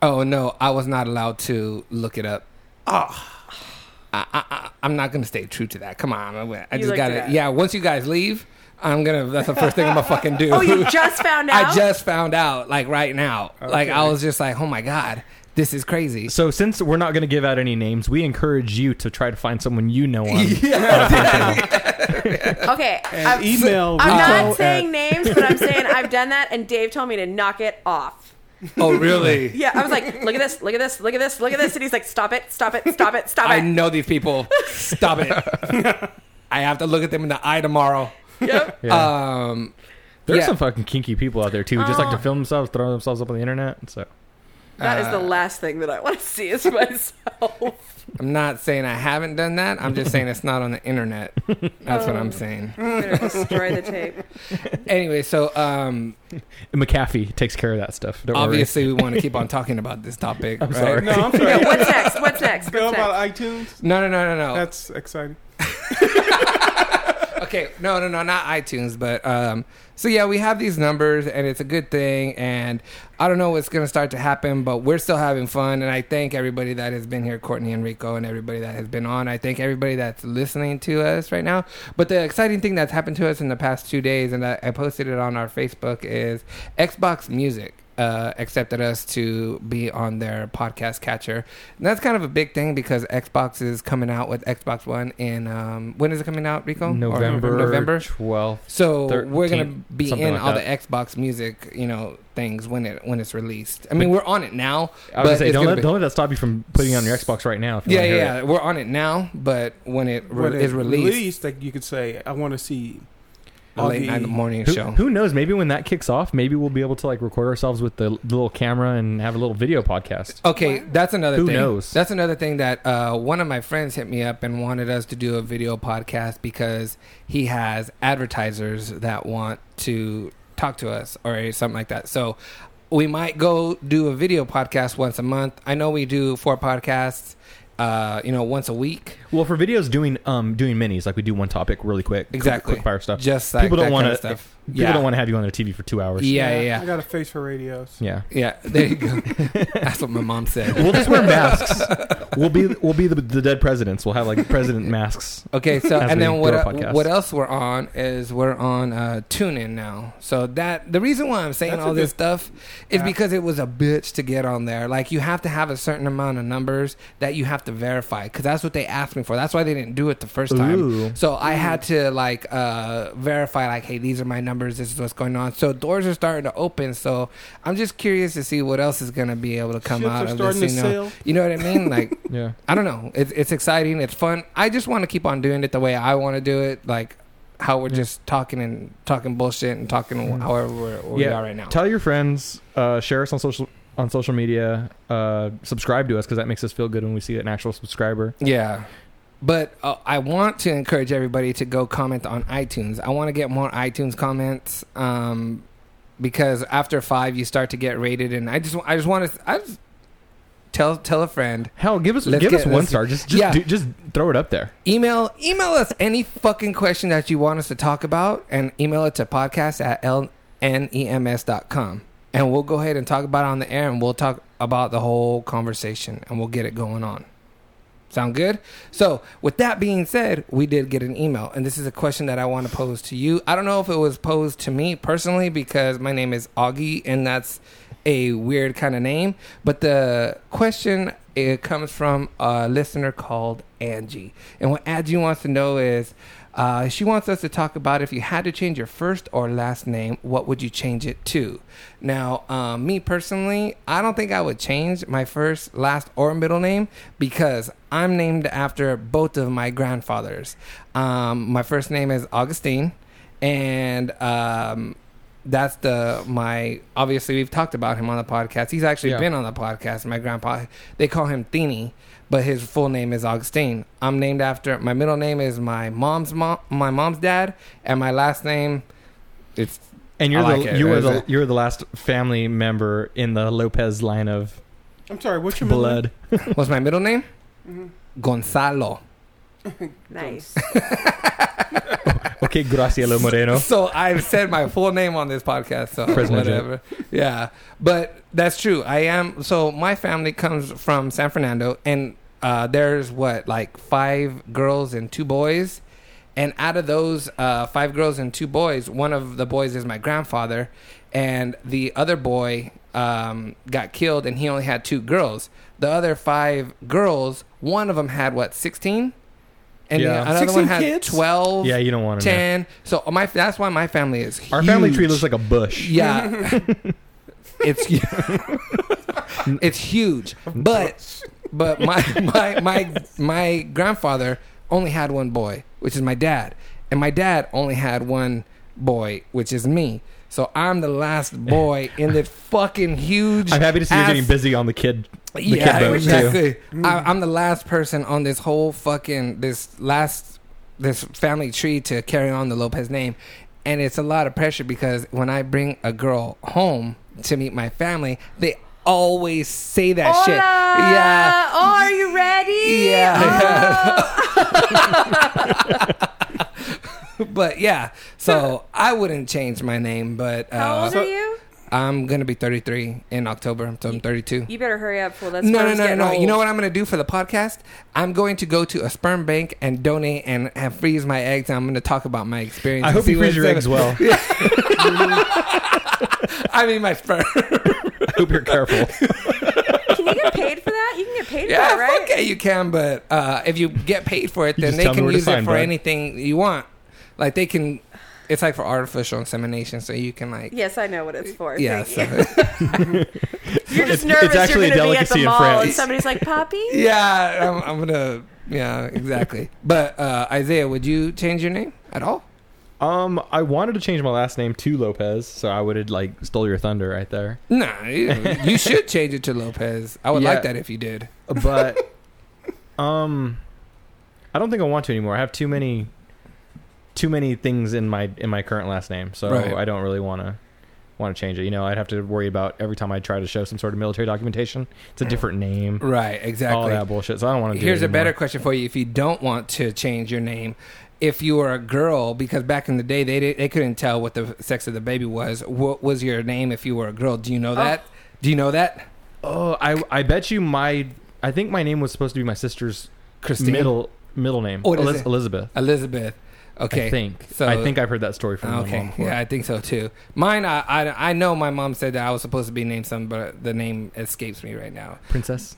Speaker 2: oh no, I was not allowed to look it up. I, I, I, I'm not gonna stay true to that. Come on, I, I
Speaker 4: You
Speaker 2: just
Speaker 4: looked
Speaker 2: gotta.
Speaker 4: it up.
Speaker 2: Yeah, once you guys leave, I'm gonna. That's the first thing I'm gonna fucking do.
Speaker 4: Oh, you just found out.
Speaker 2: I just found out, like right now. Like I was just like, oh my god, this is crazy.
Speaker 3: so since we're not going to give out any names, we encourage you to try to find someone you know on.
Speaker 4: okay.
Speaker 5: And
Speaker 4: I'm,
Speaker 5: email.
Speaker 4: I'm
Speaker 5: Rico
Speaker 4: not
Speaker 5: at-
Speaker 4: saying names, but I'm saying I've done that, and Dave told me to knock it off.
Speaker 2: Oh really?
Speaker 4: Yeah, I was like, look at this, look at this, look at this, look at this, and he's like, stop it, stop it, stop it, stop
Speaker 2: I
Speaker 4: it.
Speaker 2: know these people. Stop it. I have to look at them in the eye tomorrow.
Speaker 4: Yep.
Speaker 3: Yeah.
Speaker 2: Um,
Speaker 3: There's
Speaker 2: yeah.
Speaker 3: some fucking kinky people out there too who just like to
Speaker 4: Oh.
Speaker 3: film themselves, throw themselves up on the internet. So
Speaker 4: That is the last thing that I want to see is myself.
Speaker 2: I'm not saying I haven't done that. I'm just saying it's not on the internet. That's what I'm saying.
Speaker 4: Better destroy the tape.
Speaker 2: Anyway, so um,
Speaker 3: McAfee takes care of that stuff. Don't
Speaker 2: obviously we want to keep on talking about this topic.
Speaker 3: I'm
Speaker 2: right?
Speaker 3: sorry.
Speaker 5: No, I'm sorry.
Speaker 4: Yeah, what's next? What's next?
Speaker 5: Go
Speaker 4: What's
Speaker 5: about
Speaker 4: next?
Speaker 5: iTunes.
Speaker 2: No, no, no, no, no.
Speaker 5: That's exciting.
Speaker 2: okay no no no not itunes but um so yeah we have these numbers and it's a good thing and i don't know what's going to start to happen but we're still having fun and i thank everybody that has been here courtney and rico and everybody that has been on i thank everybody that's listening to us right now but the exciting thing that's happened to us in the past two days and i, I posted it on our facebook is xbox music uh, accepted us to be on their podcast catcher. And that's kind of a big thing because Xbox is coming out with Xbox One in um, when is it coming out, Rico? Or
Speaker 3: November
Speaker 2: November.
Speaker 3: 12th.
Speaker 2: So
Speaker 3: Thir-
Speaker 2: we're gonna
Speaker 3: 13th,
Speaker 2: be
Speaker 3: something
Speaker 2: in
Speaker 3: like
Speaker 2: all
Speaker 3: that.
Speaker 2: the Xbox music, you know, things when it when it's released. I mean, we're on it now.
Speaker 3: I was gonna
Speaker 2: but
Speaker 3: say
Speaker 2: it's
Speaker 3: don't
Speaker 2: gonna
Speaker 3: let,
Speaker 2: be-
Speaker 3: don't let that stop you from putting it on your Xbox right now. If you
Speaker 2: yeah,
Speaker 3: wanna
Speaker 2: yeah,
Speaker 3: hear
Speaker 2: yeah,
Speaker 3: it.
Speaker 2: we're on it now. But when it re-
Speaker 5: When
Speaker 2: is
Speaker 5: it's
Speaker 2: released,
Speaker 5: like you could say, I want to see
Speaker 2: a
Speaker 5: all
Speaker 2: late
Speaker 5: the-
Speaker 2: night morning
Speaker 3: Who,
Speaker 2: show.
Speaker 3: who knows? Maybe when that kicks off, maybe we'll be able to like record ourselves with the, the little camera and have a little video podcast.
Speaker 2: Okay, that's another
Speaker 3: Who
Speaker 2: thing.
Speaker 3: knows?
Speaker 2: That's another thing that uh, one of my friends hit me up and wanted us to do a video podcast because he has advertisers that want to talk to us or something like that. So we might go do a video podcast once a month. I know we do four podcasts, uh, you know, once a week.
Speaker 3: Well, for videos, doing um doing minis like we do one topic really quick, quick-
Speaker 2: Exactly.
Speaker 3: quick fire stuff.
Speaker 2: Just like
Speaker 3: people don't
Speaker 2: that
Speaker 3: wanna-
Speaker 2: kind of stuff.
Speaker 3: people
Speaker 2: yeah.
Speaker 3: don't want to have you on their TV for two hours.
Speaker 2: Yeah, yeah,
Speaker 5: I
Speaker 2: yeah.
Speaker 5: got a face for radios.
Speaker 3: yeah.
Speaker 2: Yeah, there you go. That's what my mom said.
Speaker 3: We'll just wear masks. we'll be we'll be the, the dead presidents. We'll have like president masks.
Speaker 2: Okay, so
Speaker 3: As
Speaker 2: and
Speaker 3: we
Speaker 2: then
Speaker 3: do
Speaker 2: what
Speaker 3: our
Speaker 2: el-
Speaker 3: podcast.
Speaker 2: what else we're on is we're on uh, TuneIn now. So that the reason why I'm saying
Speaker 5: That's a
Speaker 2: all this
Speaker 5: good-
Speaker 2: stuff is
Speaker 5: Yeah.
Speaker 2: because it was a bitch to get on there. Like you have to have a certain amount of numbers that you have to verify because that's what they asked me for. That's why they didn't do it the first time.
Speaker 3: Ooh.
Speaker 2: So
Speaker 5: Mm.
Speaker 2: I had to like uh, verify like, hey, these are my numbers. This is what's going on. So doors are starting to open. So I'm just curious to see what else is gonna be able to come
Speaker 5: Ships
Speaker 2: out
Speaker 5: are
Speaker 2: of
Speaker 5: starting
Speaker 2: this.
Speaker 5: to
Speaker 2: You know,
Speaker 5: sail.
Speaker 2: you know what I mean? Like.
Speaker 3: Yeah.
Speaker 2: I don't know. It's it's exciting. It's fun. I just want to keep on doing it the way I want to do it, like how we're just talking and talking bullshit and talking however we're, we
Speaker 3: Mm-hmm. Yeah.
Speaker 2: are right now.
Speaker 3: Tell your friends. Uh, share us on social on social media. Uh, subscribe to us because that makes us feel good when we see an actual subscriber.
Speaker 2: yeah. But uh, I want to encourage everybody to go comment on iTunes. I want to get more iTunes comments um, because after five, you start to get rated, and I just I just want to I just tell tell a friend
Speaker 3: Hell, give us
Speaker 2: Let's
Speaker 3: give
Speaker 2: get-
Speaker 3: us one
Speaker 2: let's-
Speaker 3: star. Just just
Speaker 2: Yeah.
Speaker 3: do, just throw it up there.
Speaker 2: email email us any fucking question that you want us to talk about and email it to podcast at E lnems.com and we'll go ahead and talk about it on the air and we'll talk about the whole conversation and we'll get it going on sound good so with that being said we did get an email and this is a question that i want to pose to you i don't know if it was posed to me personally because my name is augie and that's a weird kind of name but the question it comes from a listener called angie and what angie wants to know is Uh, she wants us to talk about if you had to change your first or last name, what would you change it to? Now, um, me personally, I don't think I would change my first, last, or middle name because I'm named after both of my grandfathers. Um, my first name is Augustine, and um, that's the my obviously we've talked about him on the podcast. He's actually
Speaker 3: Yeah.
Speaker 2: been on the podcast. My grandpa they call him Thini, but his full name is Augustine. I'm named after my middle name is my mom's mom, my mom's dad, and my last name it's
Speaker 3: And you're
Speaker 2: I like
Speaker 3: the
Speaker 2: it.
Speaker 3: you were
Speaker 2: Is
Speaker 3: the
Speaker 2: it-
Speaker 3: you were the last family member in the Lopez line of
Speaker 5: I'm sorry, what's your middle name?
Speaker 3: blood.
Speaker 2: what's my middle name? Gonzalo.
Speaker 4: Nice.
Speaker 3: okay, Gracielo Moreno.
Speaker 2: So I've said my full name on this podcast, so
Speaker 3: Prison
Speaker 2: whatever. Yeah, but that's true. I am. So my family comes from San Fernando, and uh, there's what like five girls and two boys, and out of those uh, five girls and two boys, one of the boys is my grandfather, and the other boy um, got killed, and he only had two girls. The other five girls, one of them had what sixteen. And
Speaker 3: Yeah.
Speaker 2: another one
Speaker 5: 16
Speaker 2: had
Speaker 5: kids?
Speaker 2: twelve.
Speaker 3: Yeah, you don't want to.
Speaker 2: Ten. So my that's why my family is
Speaker 3: Our family
Speaker 2: huge.
Speaker 3: tree looks like a bush.
Speaker 2: yeah. it's it's huge, but but my my my my grandfather only had one boy, which is my dad, and my dad only had one boy, which is me. So I'm the last boy in this fucking huge.
Speaker 3: I'm happy to see you're
Speaker 2: ass-
Speaker 3: getting busy on the kid. The
Speaker 2: yeah,
Speaker 3: kid boat too.
Speaker 2: exactly.
Speaker 4: Mm.
Speaker 2: I, I'm the last person on this whole fucking this last this family tree to carry on the Lopez name, and it's a lot of pressure because when I bring a girl home to meet my family, they always say that
Speaker 4: Hola!
Speaker 2: shit. Yeah.
Speaker 4: Oh, are you ready?
Speaker 2: Yeah. But yeah, so I wouldn't change my name, but
Speaker 4: Oh. How old
Speaker 2: uh,
Speaker 4: are you?
Speaker 2: I'm gonna be 33 in October, so I'm 32.
Speaker 4: You better hurry up, fool. That's
Speaker 2: No, no,
Speaker 4: gross
Speaker 2: no,
Speaker 4: getting
Speaker 2: no. You
Speaker 4: old.
Speaker 2: know what I'm going to do for the podcast? I'm going to go to a sperm bank and donate and, and freeze my eggs. And I'm going to talk about my experience.
Speaker 3: I
Speaker 2: and
Speaker 3: hope
Speaker 2: see
Speaker 3: you
Speaker 2: what's
Speaker 3: freeze your
Speaker 2: in
Speaker 3: eggs
Speaker 2: it.
Speaker 3: well.
Speaker 2: I mean, my sperm.
Speaker 3: I hope you're careful.
Speaker 4: Can you get paid for that? You can get paid for
Speaker 2: yeah,
Speaker 4: that, right?
Speaker 2: okay, you can, but uh, if you get paid for it,
Speaker 3: You
Speaker 2: then
Speaker 3: just
Speaker 2: they
Speaker 3: tell me
Speaker 2: can
Speaker 3: where to
Speaker 2: use it
Speaker 3: sign,
Speaker 2: for
Speaker 3: bud.
Speaker 2: anything you want. Like they can. It's like for artificial insemination, so you can like.
Speaker 4: Yes, I know what it's for.
Speaker 2: Yeah,
Speaker 4: Thank
Speaker 2: so,
Speaker 4: you. You're
Speaker 3: It's-
Speaker 4: just nervous.
Speaker 3: it's actually a
Speaker 4: You're going to be at
Speaker 3: delicacy
Speaker 4: the
Speaker 3: in
Speaker 4: mall and
Speaker 3: France.
Speaker 4: somebody's like, Poppy?
Speaker 2: yeah, I'm, I'm gonna, yeah, exactly. But uh, Isaiah, would you change your name at all?
Speaker 3: Um, I wanted to change my last name to Lopez, so I would have like stole your thunder right there.
Speaker 2: Nah, you, you should change it to Lopez. I would like
Speaker 3: Yeah.
Speaker 2: that if you did.
Speaker 3: But um I don't think I want to anymore. I have too many too many things in my in my current last name, so
Speaker 2: Right.
Speaker 3: I don't really want to want to change it. You know, I'd have to worry about every time I try to show some sort of military documentation, it's a different name,
Speaker 2: Right,
Speaker 3: all
Speaker 2: exactly.
Speaker 3: that bullshit. So I don't want to do
Speaker 2: Here's
Speaker 3: it
Speaker 2: a better
Speaker 3: anymore.
Speaker 2: question for you: If you don't want to change your name, if you were a girl, because back in the day they did, they couldn't tell what the sex of the baby was. What was your name if you were a girl? Do you know that? Do you know that?
Speaker 3: Oh, I I bet you my I think my name was supposed to be my sister's
Speaker 2: Christine?
Speaker 3: middle middle name.
Speaker 2: What is
Speaker 3: Eliz-
Speaker 2: it?
Speaker 3: Elizabeth.
Speaker 2: Elizabeth. Okay.
Speaker 3: I think.
Speaker 2: So-
Speaker 3: I think I've heard that story from my mom
Speaker 2: Okay.
Speaker 3: before.
Speaker 2: Yeah, I think so too. Mine, I, I, I know my mom said that I was supposed to be named something, but the name escapes me right now.
Speaker 3: Princess.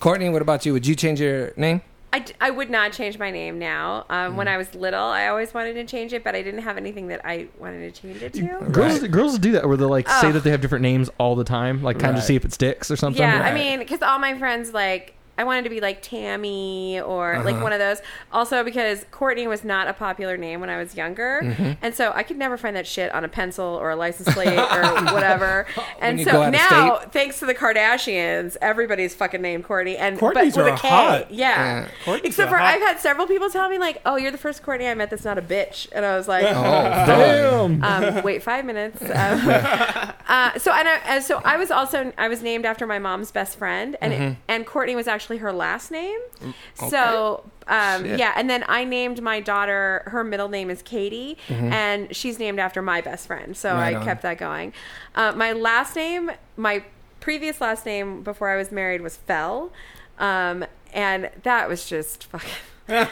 Speaker 2: Courtney, what about you? Would you change your name?
Speaker 4: I, d- I would not change my name now. Um,
Speaker 2: Mm.
Speaker 4: When I was little, I always wanted to change it, but I didn't have anything that I wanted to change it to.
Speaker 3: Girls, girls do that where they like say
Speaker 4: Ugh.
Speaker 3: that they have different names all the time, like kind of
Speaker 2: Right.
Speaker 3: to see if it sticks or something.
Speaker 4: Yeah,
Speaker 2: Right.
Speaker 4: I mean, because all my friends like I wanted to be like Tammy or
Speaker 2: Uh-huh.
Speaker 4: like one of those. Also, because Courtney was not a popular name when I was younger,
Speaker 2: Mm-hmm.
Speaker 4: and so I could never find that shit on a pencil or a license plate or whatever. And
Speaker 2: you go out
Speaker 4: so
Speaker 2: of
Speaker 4: now, thanks to the Kardashians, everybody's fucking named Courtney and but
Speaker 5: Courtneys
Speaker 4: with
Speaker 5: are
Speaker 4: a K.
Speaker 5: hot.
Speaker 4: Yeah,
Speaker 2: Yeah.
Speaker 5: Courtneys
Speaker 4: except
Speaker 5: are
Speaker 4: for
Speaker 5: hot.
Speaker 4: I've had several people tell me like, "Oh, you're the first Courtney I met that's not a bitch," and I was like,
Speaker 2: Oh,
Speaker 3: Damn.
Speaker 4: um, wait five minutes. Um, uh, so and I, and so I was also I was named after my mom's best friend, and
Speaker 2: Mm-hmm.
Speaker 4: it, and Courtney was actually her last name. So um,
Speaker 2: Mm, Shit.
Speaker 4: yeah, and then I named my daughter. Her middle name is Katie, and she's named after my best friend. So
Speaker 2: Mm-hmm. Right
Speaker 4: I
Speaker 2: on.
Speaker 4: kept that going. Uh, my last name, my previous last name before I was married was Fell, um, and that was just fucking.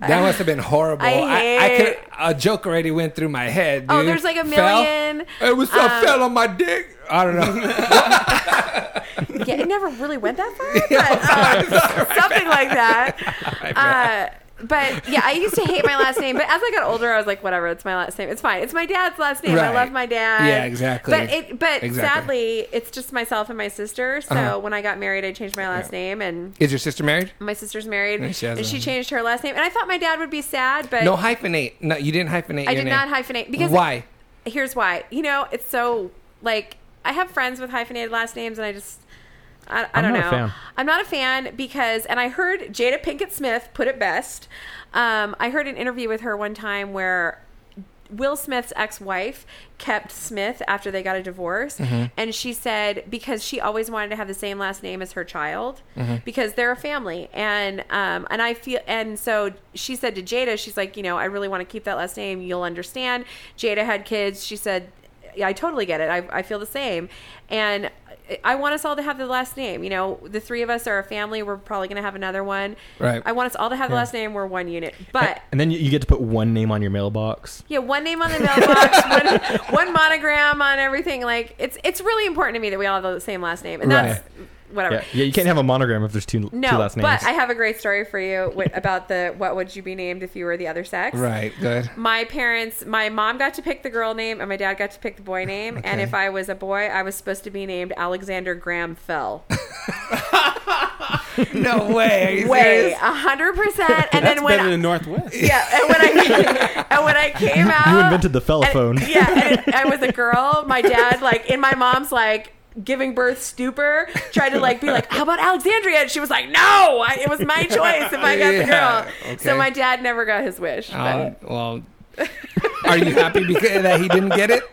Speaker 2: That must have been horrible.
Speaker 4: I
Speaker 2: could,
Speaker 4: hate-
Speaker 2: a joke already went through my head. Dude.
Speaker 4: Oh, there's like a
Speaker 2: Fell?
Speaker 4: million. um,
Speaker 2: It was I fell on my dick. I don't know.
Speaker 4: yeah, it never really went that far, but um, something like that. Uh, But yeah, I used to hate my last name. But as I got older, I was like, whatever, it's my last name. It's fine. It's my dad's last name. I
Speaker 2: Right.
Speaker 4: love my dad.
Speaker 2: Yeah, exactly.
Speaker 4: But it, but
Speaker 2: Exactly.
Speaker 4: sadly, it's just myself and my sister. So
Speaker 2: Uh-huh.
Speaker 4: when I got married, I changed my last name, and
Speaker 2: Is your sister married?
Speaker 4: my sister's married,
Speaker 2: And she has
Speaker 4: and she
Speaker 2: a-
Speaker 4: changed her last name. And I thought my dad would be sad, but
Speaker 2: No hyphenate. No, you didn't hyphenate.
Speaker 4: I
Speaker 2: your
Speaker 4: did
Speaker 2: name.
Speaker 4: not hyphenate because
Speaker 2: Why?
Speaker 4: here's why. You know, it's so like I have friends with hyphenated last names, and I just I, I
Speaker 3: I'm
Speaker 4: don't
Speaker 3: not a
Speaker 4: know.
Speaker 3: fan.
Speaker 4: I'm not a fan because, and I heard Jada Pinkett Smith put it best. Um, I heard an interview with her one time where. Will Smith's ex-wife kept Smith after they got a divorce and she said because she always wanted to have the same last name as her child because they're a family and um and I feel and so she said to Jada she's like you know I really want to keep that last name you'll understand Jada had kids she said yeah, I totally get it. I, I feel the same. And I- I want us all to have the last name. You know, the three of us are a family. We're probably going to have another one.
Speaker 2: Right.
Speaker 4: I want us all to have the last name. We're one unit. But
Speaker 3: And then you, you get to put one name on your mailbox.
Speaker 4: yeah, one name on the mailbox, one, one monogram on everything. Like it's it's really important to me that we all have the same last name. And that's whatever.
Speaker 3: Yeah, yeah, you can't have a monogram if there's two,
Speaker 4: No,
Speaker 3: two last names.
Speaker 4: but I have a great story for you wi- about the what would you be named if you were the other sex.
Speaker 2: Right. Good.
Speaker 4: my parents my mom got to pick the girl name and my dad got to pick the boy name and
Speaker 2: Okay.
Speaker 4: if i was a boy i was supposed to be named alexander graham fell
Speaker 2: No way. Are you
Speaker 4: way
Speaker 2: serious?
Speaker 4: 100% and
Speaker 5: That's
Speaker 4: then when
Speaker 5: better
Speaker 4: I,
Speaker 5: than Northwest.
Speaker 4: yeah and when i and when i came out
Speaker 3: you invented the
Speaker 4: and-
Speaker 3: telephone.
Speaker 4: yeah and it, i was a girl my dad like in my mom's like giving birth stupor tried to like be like how about alexandria and she was like no I, it was my choice if i got the
Speaker 2: Yeah,
Speaker 4: girl
Speaker 2: okay.
Speaker 4: so my dad never got his wish but-
Speaker 2: Um, well, are you happy because that he didn't get it?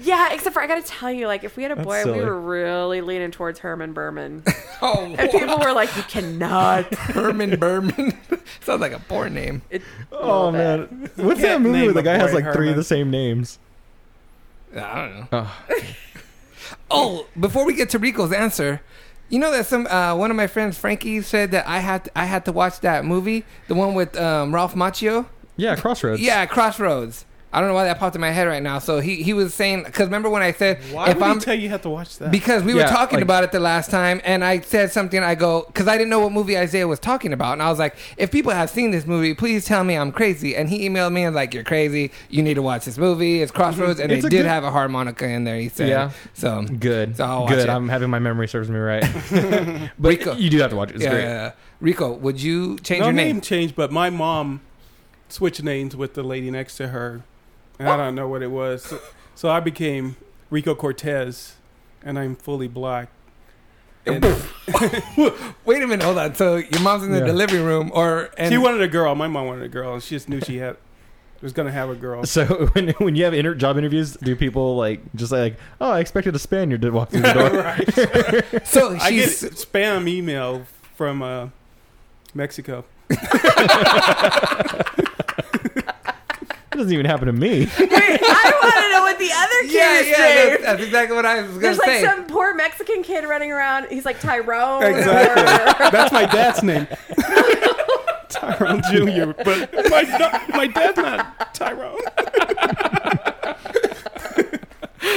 Speaker 4: Yeah, except for I gotta tell you, like if we had a boy,
Speaker 3: silly.
Speaker 4: we were really leaning towards Herman Berman.
Speaker 2: Oh,
Speaker 4: And people were like, "You cannot."
Speaker 2: Herman Berman. Sounds like a porn name.
Speaker 4: It,
Speaker 3: oh,
Speaker 4: a little bit.
Speaker 3: man. What's that
Speaker 5: Can't
Speaker 3: movie
Speaker 5: name
Speaker 3: where the
Speaker 5: a
Speaker 3: guy has
Speaker 5: boy
Speaker 3: like three
Speaker 5: Herman.
Speaker 3: of the same names?
Speaker 2: I don't know.
Speaker 3: Oh.
Speaker 2: Oh, before we get to Rico's answer, you know that some uh, one of my friends, Frankie, said that I had I had to watch that movie, the one with um, Ralph Macchio.
Speaker 3: Yeah, Crossroads.
Speaker 2: Yeah, Crossroads. I don't know why that popped in my head right now. So he, he was saying because remember when I said
Speaker 5: Why
Speaker 2: if
Speaker 5: would
Speaker 2: I'm
Speaker 5: he tell you you have to watch that?
Speaker 2: because we were
Speaker 3: Yeah,
Speaker 2: talking
Speaker 3: like-
Speaker 2: about it the last time and I said something I go because I didn't know what movie Isaiah was talking about and I was like if people have seen this movie please tell me I'm crazy and he emailed me and like you're crazy you need to watch this movie it's Crossroads and
Speaker 3: It's
Speaker 2: they
Speaker 3: a
Speaker 2: did
Speaker 3: good-
Speaker 2: have a harmonica in there he said
Speaker 3: Yeah.
Speaker 2: so
Speaker 3: Good.
Speaker 2: so I'll watch
Speaker 3: Good.
Speaker 2: it.
Speaker 3: I'm having my memory serves me right. but
Speaker 2: Rico.
Speaker 3: you do have to watch it. It's
Speaker 2: yeah,
Speaker 3: great.
Speaker 2: yeah, yeah. Rico would you change
Speaker 5: no
Speaker 2: your
Speaker 5: name.
Speaker 2: name
Speaker 5: changed, but my mom switched names with the lady next to her, and I don't know what it was. So, so I became Rico Cortez, and I'm fully black. And
Speaker 2: wait a minute hold on so your mom's in the
Speaker 3: Yeah.
Speaker 2: delivery room or and
Speaker 5: she wanted a girl. My mom wanted a girl, and she just knew she had was going to have a girl.
Speaker 3: So when when you have inter- job interviews, do people like just like, oh, I expected a Spaniard to walk through the door?
Speaker 2: so
Speaker 5: I get
Speaker 2: she's
Speaker 5: spam email from uh, Mexico.
Speaker 3: That doesn't even happen to me.
Speaker 4: Wait, I want to know what the other kid
Speaker 2: yeah
Speaker 4: is
Speaker 2: yeah
Speaker 4: named.
Speaker 2: that's, that's exactly what I was gonna
Speaker 4: There's like
Speaker 2: say
Speaker 4: some poor Mexican kid running around. He's like Tyrone.
Speaker 5: Exactly.
Speaker 4: Or,
Speaker 5: That's my dad's name. Tyrone Jr., but my, no, my dad's not Tyrone.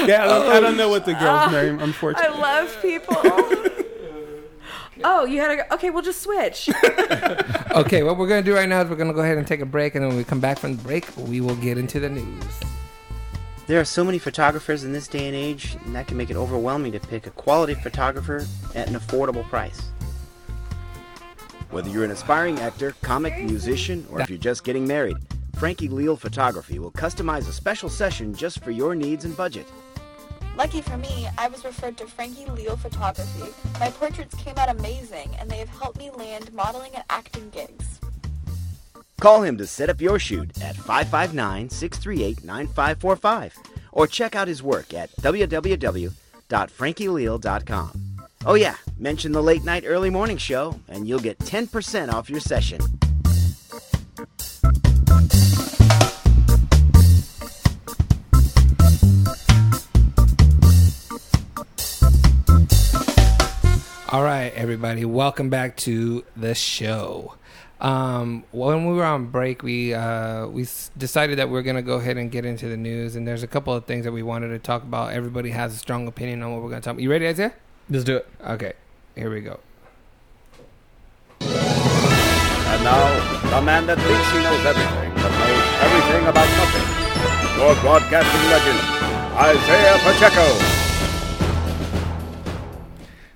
Speaker 5: yeah, I don't, I don't know what the girl's name,
Speaker 4: I
Speaker 5: unfortunately.
Speaker 4: love people. Oh, you had a okay. We'll just switch.
Speaker 2: Okay, what we're gonna do right now is we're gonna go ahead and take a break, and when we come back from the break, we will get into the news.
Speaker 6: There are so many photographers in this day and age, and that can make it overwhelming to pick a quality photographer at an affordable price.
Speaker 7: Whether you're an aspiring actor, comic, musician, or if you're just getting married, Frankie Leal Photography will customize a special session just for your needs and budget.
Speaker 8: Lucky for me, I was referred to Frankie Leo Photography. My portraits came out amazing, and they have helped me land modeling and acting gigs.
Speaker 7: Call him to set up your shoot at 559 638 9545 or check out his work at www.frankieleal.com. Oh, yeah, mention the late night early morning show and you'll get 10% off your session.
Speaker 2: All right, everybody, welcome back to the show. Um, when we were on break, we uh, we s- decided that we are gonna go ahead and get into the news, and there's a couple of things that we wanted to talk about. Everybody has a strong opinion on what we're gonna talk. about. You ready, Isaiah?
Speaker 3: Just do it.
Speaker 2: Okay, here we go.
Speaker 7: And now, The man that thinks he knows everything, but knows everything about nothing. Your broadcasting legend, Isaiah Pacheco.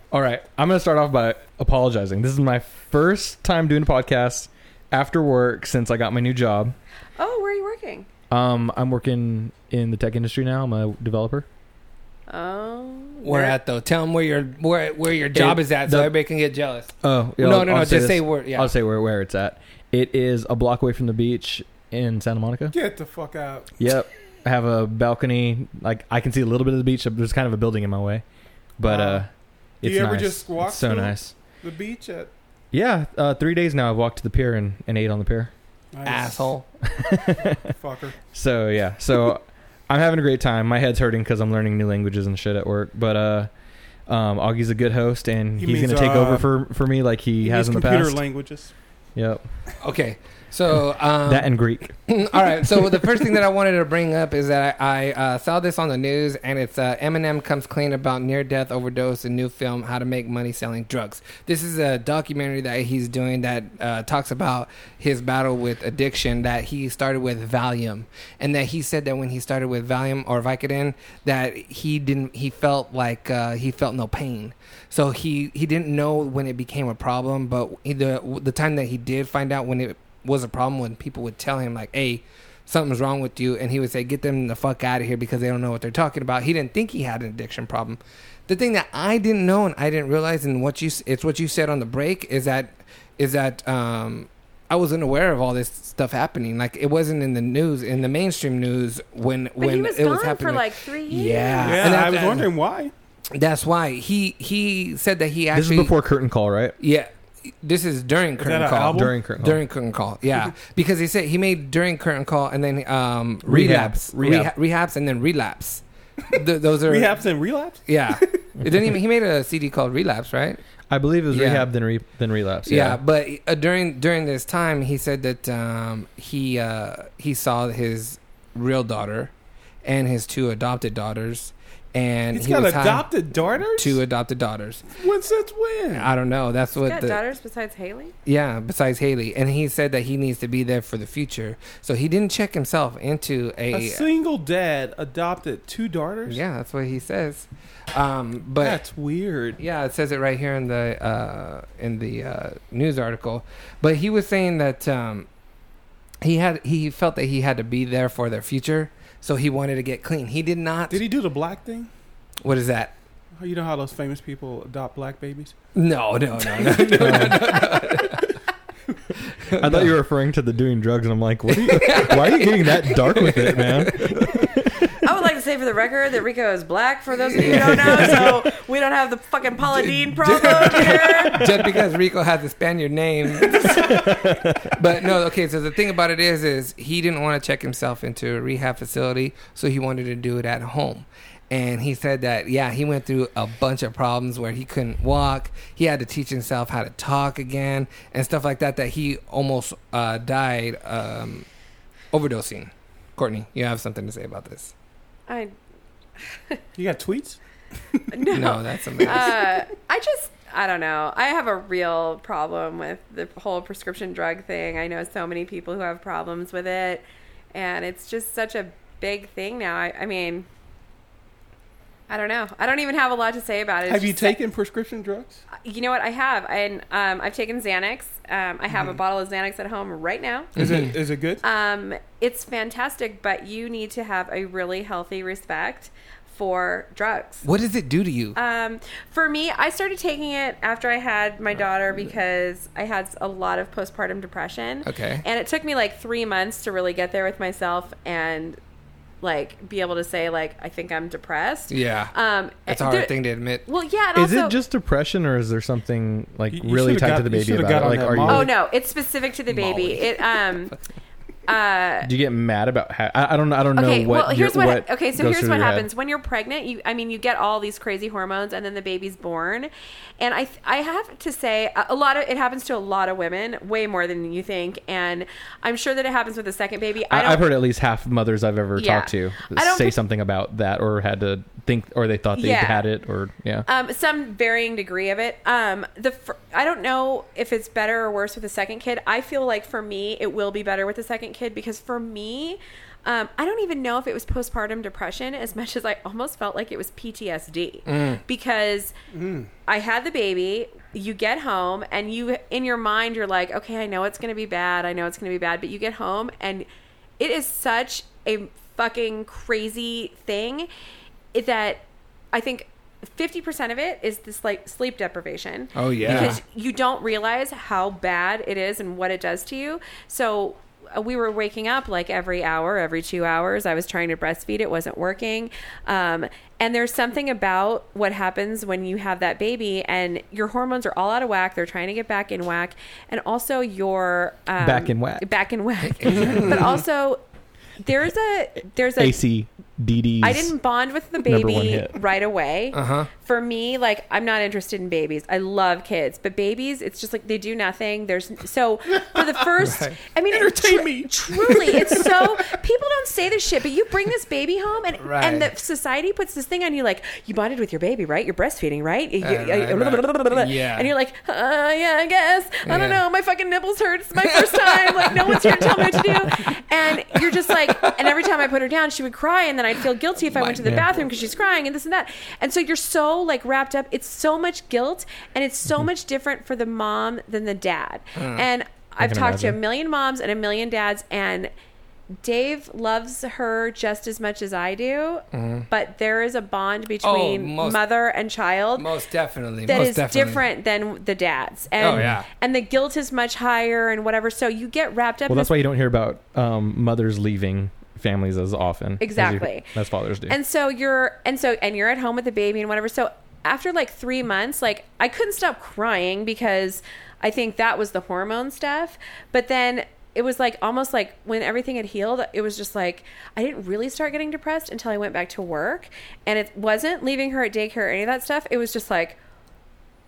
Speaker 3: All right, I'm gonna start off by apologizing. This is my first time doing a podcast after work since I got my new job.
Speaker 4: Oh, where are you working?
Speaker 3: Um, I'm working in the tech industry now. I'm a developer.
Speaker 4: Oh,
Speaker 2: Where at though? Tell them where your where where your job
Speaker 3: It-
Speaker 2: is at, so
Speaker 3: the-
Speaker 2: everybody can get jealous.
Speaker 3: Oh
Speaker 2: yeah, No, I'll- no, I'll no, say just this. say where- yeah.
Speaker 3: I'll say where where it's at. It is a block away from the beach in Santa Monica.
Speaker 5: Get the fuck out.
Speaker 3: Yep. I have a balcony. Like I can see a little bit of the beach. There's kind of a building in my way, but
Speaker 5: Wow.
Speaker 3: uh,
Speaker 5: Do
Speaker 3: it's
Speaker 5: you ever
Speaker 3: nice.
Speaker 5: just walk
Speaker 3: It's so
Speaker 5: through?
Speaker 3: nice.
Speaker 5: The beach at
Speaker 3: Yeah, uh, three days now. I've walked to the pier and, and ate on the pier.
Speaker 5: Nice.
Speaker 2: Asshole.
Speaker 5: Fucker.
Speaker 3: So yeah, so I'm having a great time. My head's hurting because I'm learning new languages and shit at work. But uh, um, Augie's a good host, and
Speaker 5: He
Speaker 3: he's
Speaker 5: means,
Speaker 3: gonna take
Speaker 5: uh,
Speaker 3: over for for me like he, has in the
Speaker 5: computer
Speaker 3: past.
Speaker 5: languages.
Speaker 3: yep,
Speaker 2: Okay, so um,
Speaker 3: that and Greek.
Speaker 2: All right. So the first thing that I wanted to bring up is that I, I uh, saw this on the news, and it's uh, Eminem comes clean about near-death overdose in new film "How to Make Money Selling Drugs." This is a documentary that he's doing that uh, talks about his battle with addiction. That he started with Valium, and that he said that when he started with Valium or Vicodin, that he didn't. He felt like uh, he felt no pain. So he he didn't know when it became a problem, but he, the the time that he did find out when it was a problem when people would tell him like, "Hey, something's wrong with you," and he would say, "Get them the fuck out of here because they don't know what they're talking about." He didn't think he had an addiction problem. The thing that I didn't know and I didn't realize, and what you s- it's what you said on the break is that is that um, I wasn't aware of all this stuff happening. Like it wasn't in the news, in the mainstream news when
Speaker 4: but
Speaker 2: when
Speaker 4: he was
Speaker 2: it
Speaker 4: gone
Speaker 2: was happening.
Speaker 4: for like three years.
Speaker 2: yeah,
Speaker 5: Yeah,
Speaker 2: Ah. And
Speaker 5: I
Speaker 2: that-
Speaker 5: was wondering why.
Speaker 2: That's why he he said that he
Speaker 3: This
Speaker 2: actually
Speaker 3: is before curtain call, right?
Speaker 2: yeah. This is during curtain
Speaker 5: an
Speaker 2: call.
Speaker 5: album?
Speaker 3: During curtain call.
Speaker 2: During curtain call, yeah, because he said he made during curtain call and then um,
Speaker 3: Rehab.
Speaker 2: relapse,
Speaker 3: Rehab.
Speaker 2: Reha- rehabs, and then relapse. Th- those are
Speaker 5: Rehabs and relapse?
Speaker 2: Yeah, it didn't even, he made a CD called Relapse, right?
Speaker 3: I believe it was
Speaker 2: Yeah.
Speaker 3: rehab then re- then relapse.
Speaker 2: Yeah,
Speaker 3: Yeah,
Speaker 2: but uh, during during this time, he said that um, he uh, he saw his real daughter and his two adopted daughters, and
Speaker 5: He's
Speaker 2: he
Speaker 5: got
Speaker 2: was high-
Speaker 5: adopted daughters?
Speaker 2: two adopted daughters.
Speaker 5: When since when?
Speaker 2: I don't know. That's
Speaker 4: He's
Speaker 2: what
Speaker 4: got
Speaker 2: the,
Speaker 4: daughters besides Haley.
Speaker 2: Yeah, besides Haley, and he said that he needs to be there for the future. So he didn't check himself into a.
Speaker 5: A single dad adopted two daughters?
Speaker 2: yeah, that's what he says. Um, but
Speaker 5: That's weird.
Speaker 2: yeah, it says it right here in the uh, in the uh, news article. But he was saying that um, he had he felt that he had to be there for their future, so he wanted to get clean. He did not.
Speaker 5: Did he do the black thing?
Speaker 2: what is that?
Speaker 5: Oh, You know how those famous people adopt black babies?
Speaker 2: No, no, no, no.
Speaker 3: I thought you were referring to the doing drugs, and I'm like, what are you, why are you getting that dark with it, man?
Speaker 4: I would like to say for the record that Rico is black. For those of you who don't know, so we don't have the fucking Paula Deen problem here.
Speaker 2: just because Rico has a Spaniard name. but no, okay. So the thing about it is, is he didn't want to check himself into a rehab facility, so he wanted to do it at home. And he said that yeah, he went through a bunch of problems where he couldn't walk. He had to teach himself how to talk again and stuff like that. That he almost uh, died um, overdosing. Courtney, you have something to say about this?
Speaker 4: I
Speaker 5: You got tweets?
Speaker 4: no.
Speaker 2: No, that's amazing.
Speaker 4: uh, I just I don't know. I have a real problem with the whole prescription drug thing. I know so many people who have problems with it, and it's just such a big thing now. I, I mean, I don't know. I don't even have a lot to say about it. It's
Speaker 5: Have you
Speaker 4: just-
Speaker 5: taken prescription drugs?
Speaker 4: You know what? I have, and um, I've taken Xanax. Um, I have
Speaker 5: Mm-hmm.
Speaker 4: a bottle of Xanax at home right now.
Speaker 5: Is it is it good?
Speaker 4: Um, it's fantastic, but you need to have a really healthy respect for drugs.
Speaker 2: what does it do to you?
Speaker 4: Um, for me, I started taking it after I had my daughter because I had a lot of postpartum depression.
Speaker 2: Okay.
Speaker 4: And it took me like three months to really get there with myself and like be able to say like I think I'm depressed.
Speaker 2: yeah,
Speaker 4: Um,
Speaker 2: that's a hard
Speaker 4: and there-
Speaker 2: thing to admit.
Speaker 4: Well, yeah. And
Speaker 3: Is
Speaker 4: also,
Speaker 3: it just depression, or is there something like
Speaker 5: You- you
Speaker 3: really
Speaker 5: should've
Speaker 3: tied
Speaker 5: got-
Speaker 3: to the baby
Speaker 5: you should've
Speaker 3: about
Speaker 5: got
Speaker 3: it?
Speaker 5: on
Speaker 3: Like,
Speaker 5: that
Speaker 3: are you
Speaker 5: Molly.
Speaker 4: Oh no, it's specific to the baby.
Speaker 2: Molly.
Speaker 4: It um Uh,
Speaker 3: Do you get mad about? Ha- I, I don't. I don't
Speaker 4: okay,
Speaker 3: know what.
Speaker 4: well, here's
Speaker 3: your,
Speaker 4: what,
Speaker 3: what
Speaker 4: Okay, so
Speaker 3: goes
Speaker 4: here's
Speaker 3: through
Speaker 4: what
Speaker 3: your head.
Speaker 4: happens when you're pregnant. You, I mean, you get all these crazy hormones, and then the baby's born. And I, th- I have to say, a, a lot of it happens to a lot of women, way more than you think. And I'm sure that it happens with the second baby. I don't,
Speaker 3: I, I've heard at least half mothers I've ever
Speaker 4: Yeah.
Speaker 3: talked to
Speaker 4: I don't
Speaker 3: say
Speaker 4: think-
Speaker 3: something about that, or had to think, or they thought they
Speaker 4: Yeah.
Speaker 3: had it, or yeah.
Speaker 4: um, some varying degree of it. Um, the fir- I don't know if it's better or worse with the second kid. I feel like for me, it will be better with the second kid because for me, um, I don't even know if it was postpartum depression as much as I almost felt like it was PTSD because I had the baby. You get home and you in your mind you're like, okay, I know it's going to be bad. I know it's going to be bad, but you get home and it is such a fucking crazy thing that I think 50% of it is this like sleep deprivation.
Speaker 2: Oh, yeah.
Speaker 4: Because you don't realize how bad it is and what it does to you. So uh, we were waking up like every hour, every two hours. I was trying to breastfeed, it wasn't working. Um, and there's something about what happens when you have that baby and your hormones are all out of whack. They're trying to get back in whack. And also your. Um,
Speaker 3: Back in whack.
Speaker 4: Back in whack. but also. There's a there's a
Speaker 3: AC DDs.
Speaker 4: I didn't bond with the
Speaker 3: Number one
Speaker 4: baby
Speaker 3: hit.
Speaker 4: right away.
Speaker 2: Uh-huh.
Speaker 4: For me, like I'm not interested in babies. I love kids, but babies, it's just like they do nothing. There's so for the first. I mean, entertain me. Truly, it's so people don't say this shit, but you bring this baby home, and
Speaker 2: Right.
Speaker 4: and the society puts this thing on you, like you bonded with your baby, right? You're breastfeeding, right? You-
Speaker 2: Right,
Speaker 4: you-
Speaker 2: Uh, right, right. Yeah.
Speaker 4: And you're like, uh, yeah, I guess. I don't
Speaker 2: Yeah.
Speaker 4: know. My fucking nipples hurt. It's my first time. Like no one's here to tell me what to do. And you're just like, and every time I put her down, she would cry, and then I'd feel guilty if I went to the
Speaker 3: yeah.
Speaker 4: bathroom because she's crying and this and that. And so you're so like wrapped up. It's so much guilt, and it's so much different for the mom than the dad. And I've
Speaker 3: can
Speaker 4: talked to a
Speaker 3: imagine.
Speaker 4: million moms and a million dads, and Dave loves her just as much as I do, but there is a bond between
Speaker 2: most-
Speaker 4: mother and child
Speaker 2: Most definitely.
Speaker 4: that
Speaker 2: most
Speaker 4: is
Speaker 2: definitely.
Speaker 4: different than the dads. And,
Speaker 2: Oh, yeah.
Speaker 4: And the guilt is much higher and whatever. So you get wrapped up
Speaker 3: Well,
Speaker 4: in
Speaker 3: that's why you don't hear about um, mothers leaving families as often. as you-
Speaker 4: Exactly.
Speaker 3: As fathers do.
Speaker 4: and so you're and so and you're at home with the baby and whatever so after like three months like i couldn't stop crying because i think that was the hormone stuff but then it was like almost like when everything had healed it was just like i didn't really start getting depressed until i went back to work and it wasn't leaving her at daycare or any of that stuff it was just like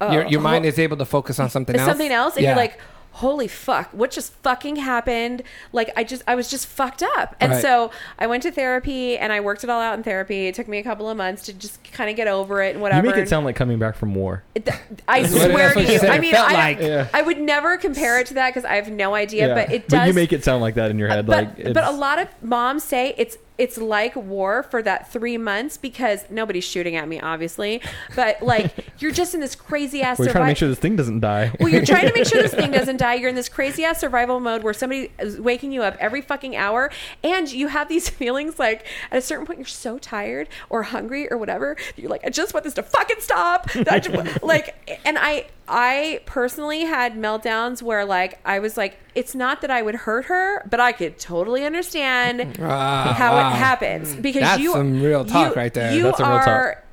Speaker 4: oh,
Speaker 2: Your, your mind
Speaker 4: ho-
Speaker 2: is able to focus on something
Speaker 4: it's
Speaker 2: else.
Speaker 4: something else and
Speaker 2: Yeah.
Speaker 4: you're like holy fuck what just fucking happened like i just i was just fucked up and
Speaker 2: Right.
Speaker 4: so i went to therapy and i worked it all out in therapy it took me a couple of months to just kind of get over it and whatever
Speaker 3: You make it
Speaker 4: And
Speaker 3: sound like coming back from war.
Speaker 4: it- th- i
Speaker 2: what-
Speaker 4: swear
Speaker 2: that's
Speaker 4: to
Speaker 2: what she
Speaker 4: you
Speaker 2: said
Speaker 4: i
Speaker 2: it
Speaker 4: mean
Speaker 2: felt
Speaker 4: I,
Speaker 2: like.
Speaker 3: Yeah.
Speaker 4: I would never compare it to that because i have no idea but it does Uh,
Speaker 3: you make it sound like that in your head.
Speaker 4: but,
Speaker 3: like, it's,
Speaker 4: but a lot of moms say it's it's like war for that three months because nobody's shooting at me obviously but like you're just in this crazy ass
Speaker 3: We're trying to
Speaker 4: survival
Speaker 3: make sure this thing doesn't die.
Speaker 4: well, you're trying to make sure this thing doesn't die. You're in this crazy ass survival mode where somebody is waking you up every fucking hour, and you have these feelings like at a certain point you're so tired or hungry or whatever. You're like, I just want this to fucking stop. That I just want-" like, and I, I personally had meltdowns where like I was like, it's not that I would hurt her, but I could totally understand
Speaker 2: Wow,
Speaker 4: how
Speaker 2: wow.
Speaker 4: it happens because
Speaker 2: That's
Speaker 4: you
Speaker 2: some real talk
Speaker 4: you-
Speaker 2: right there.
Speaker 4: You
Speaker 3: That's a real talk.
Speaker 4: are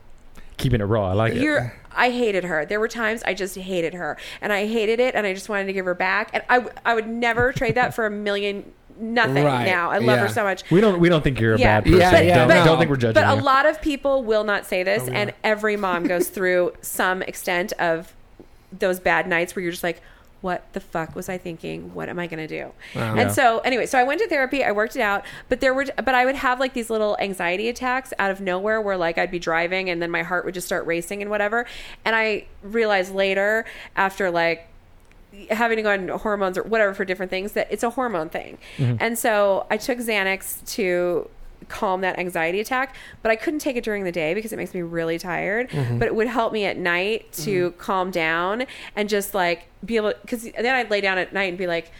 Speaker 3: Keeping it raw. I like it.
Speaker 4: you're I hated her. There were times I just hated her and I hated it and I just wanted to give her back and I w- I would never trade that for a million nothing
Speaker 2: Right,
Speaker 4: now. I love
Speaker 2: yeah.
Speaker 4: her so much.
Speaker 3: We don't. We don't think you're a
Speaker 4: Yeah.
Speaker 3: bad person.
Speaker 2: Yeah, yeah,
Speaker 3: don't,
Speaker 2: no.
Speaker 3: don't think we're judging.
Speaker 4: But a
Speaker 3: you. Oh,
Speaker 4: lot of people will not say this and every mom goes through some extent of those bad nights where you're just like what the fuck was I thinking? What am I going to do? And
Speaker 3: Yeah.
Speaker 4: so anyway, so I went to therapy, I worked it out, but there were but I would have like these little anxiety attacks out of nowhere where like I'd be driving and then my heart would just start racing and whatever. And I realized later after like having to go on hormones or whatever for different things that it's a hormone thing. And so I took Xanax to calm that anxiety attack, but I couldn't take it during the day because it makes me really tired, but it would help me at night to calm down and just like be able cuz then I'd lay down at night and be like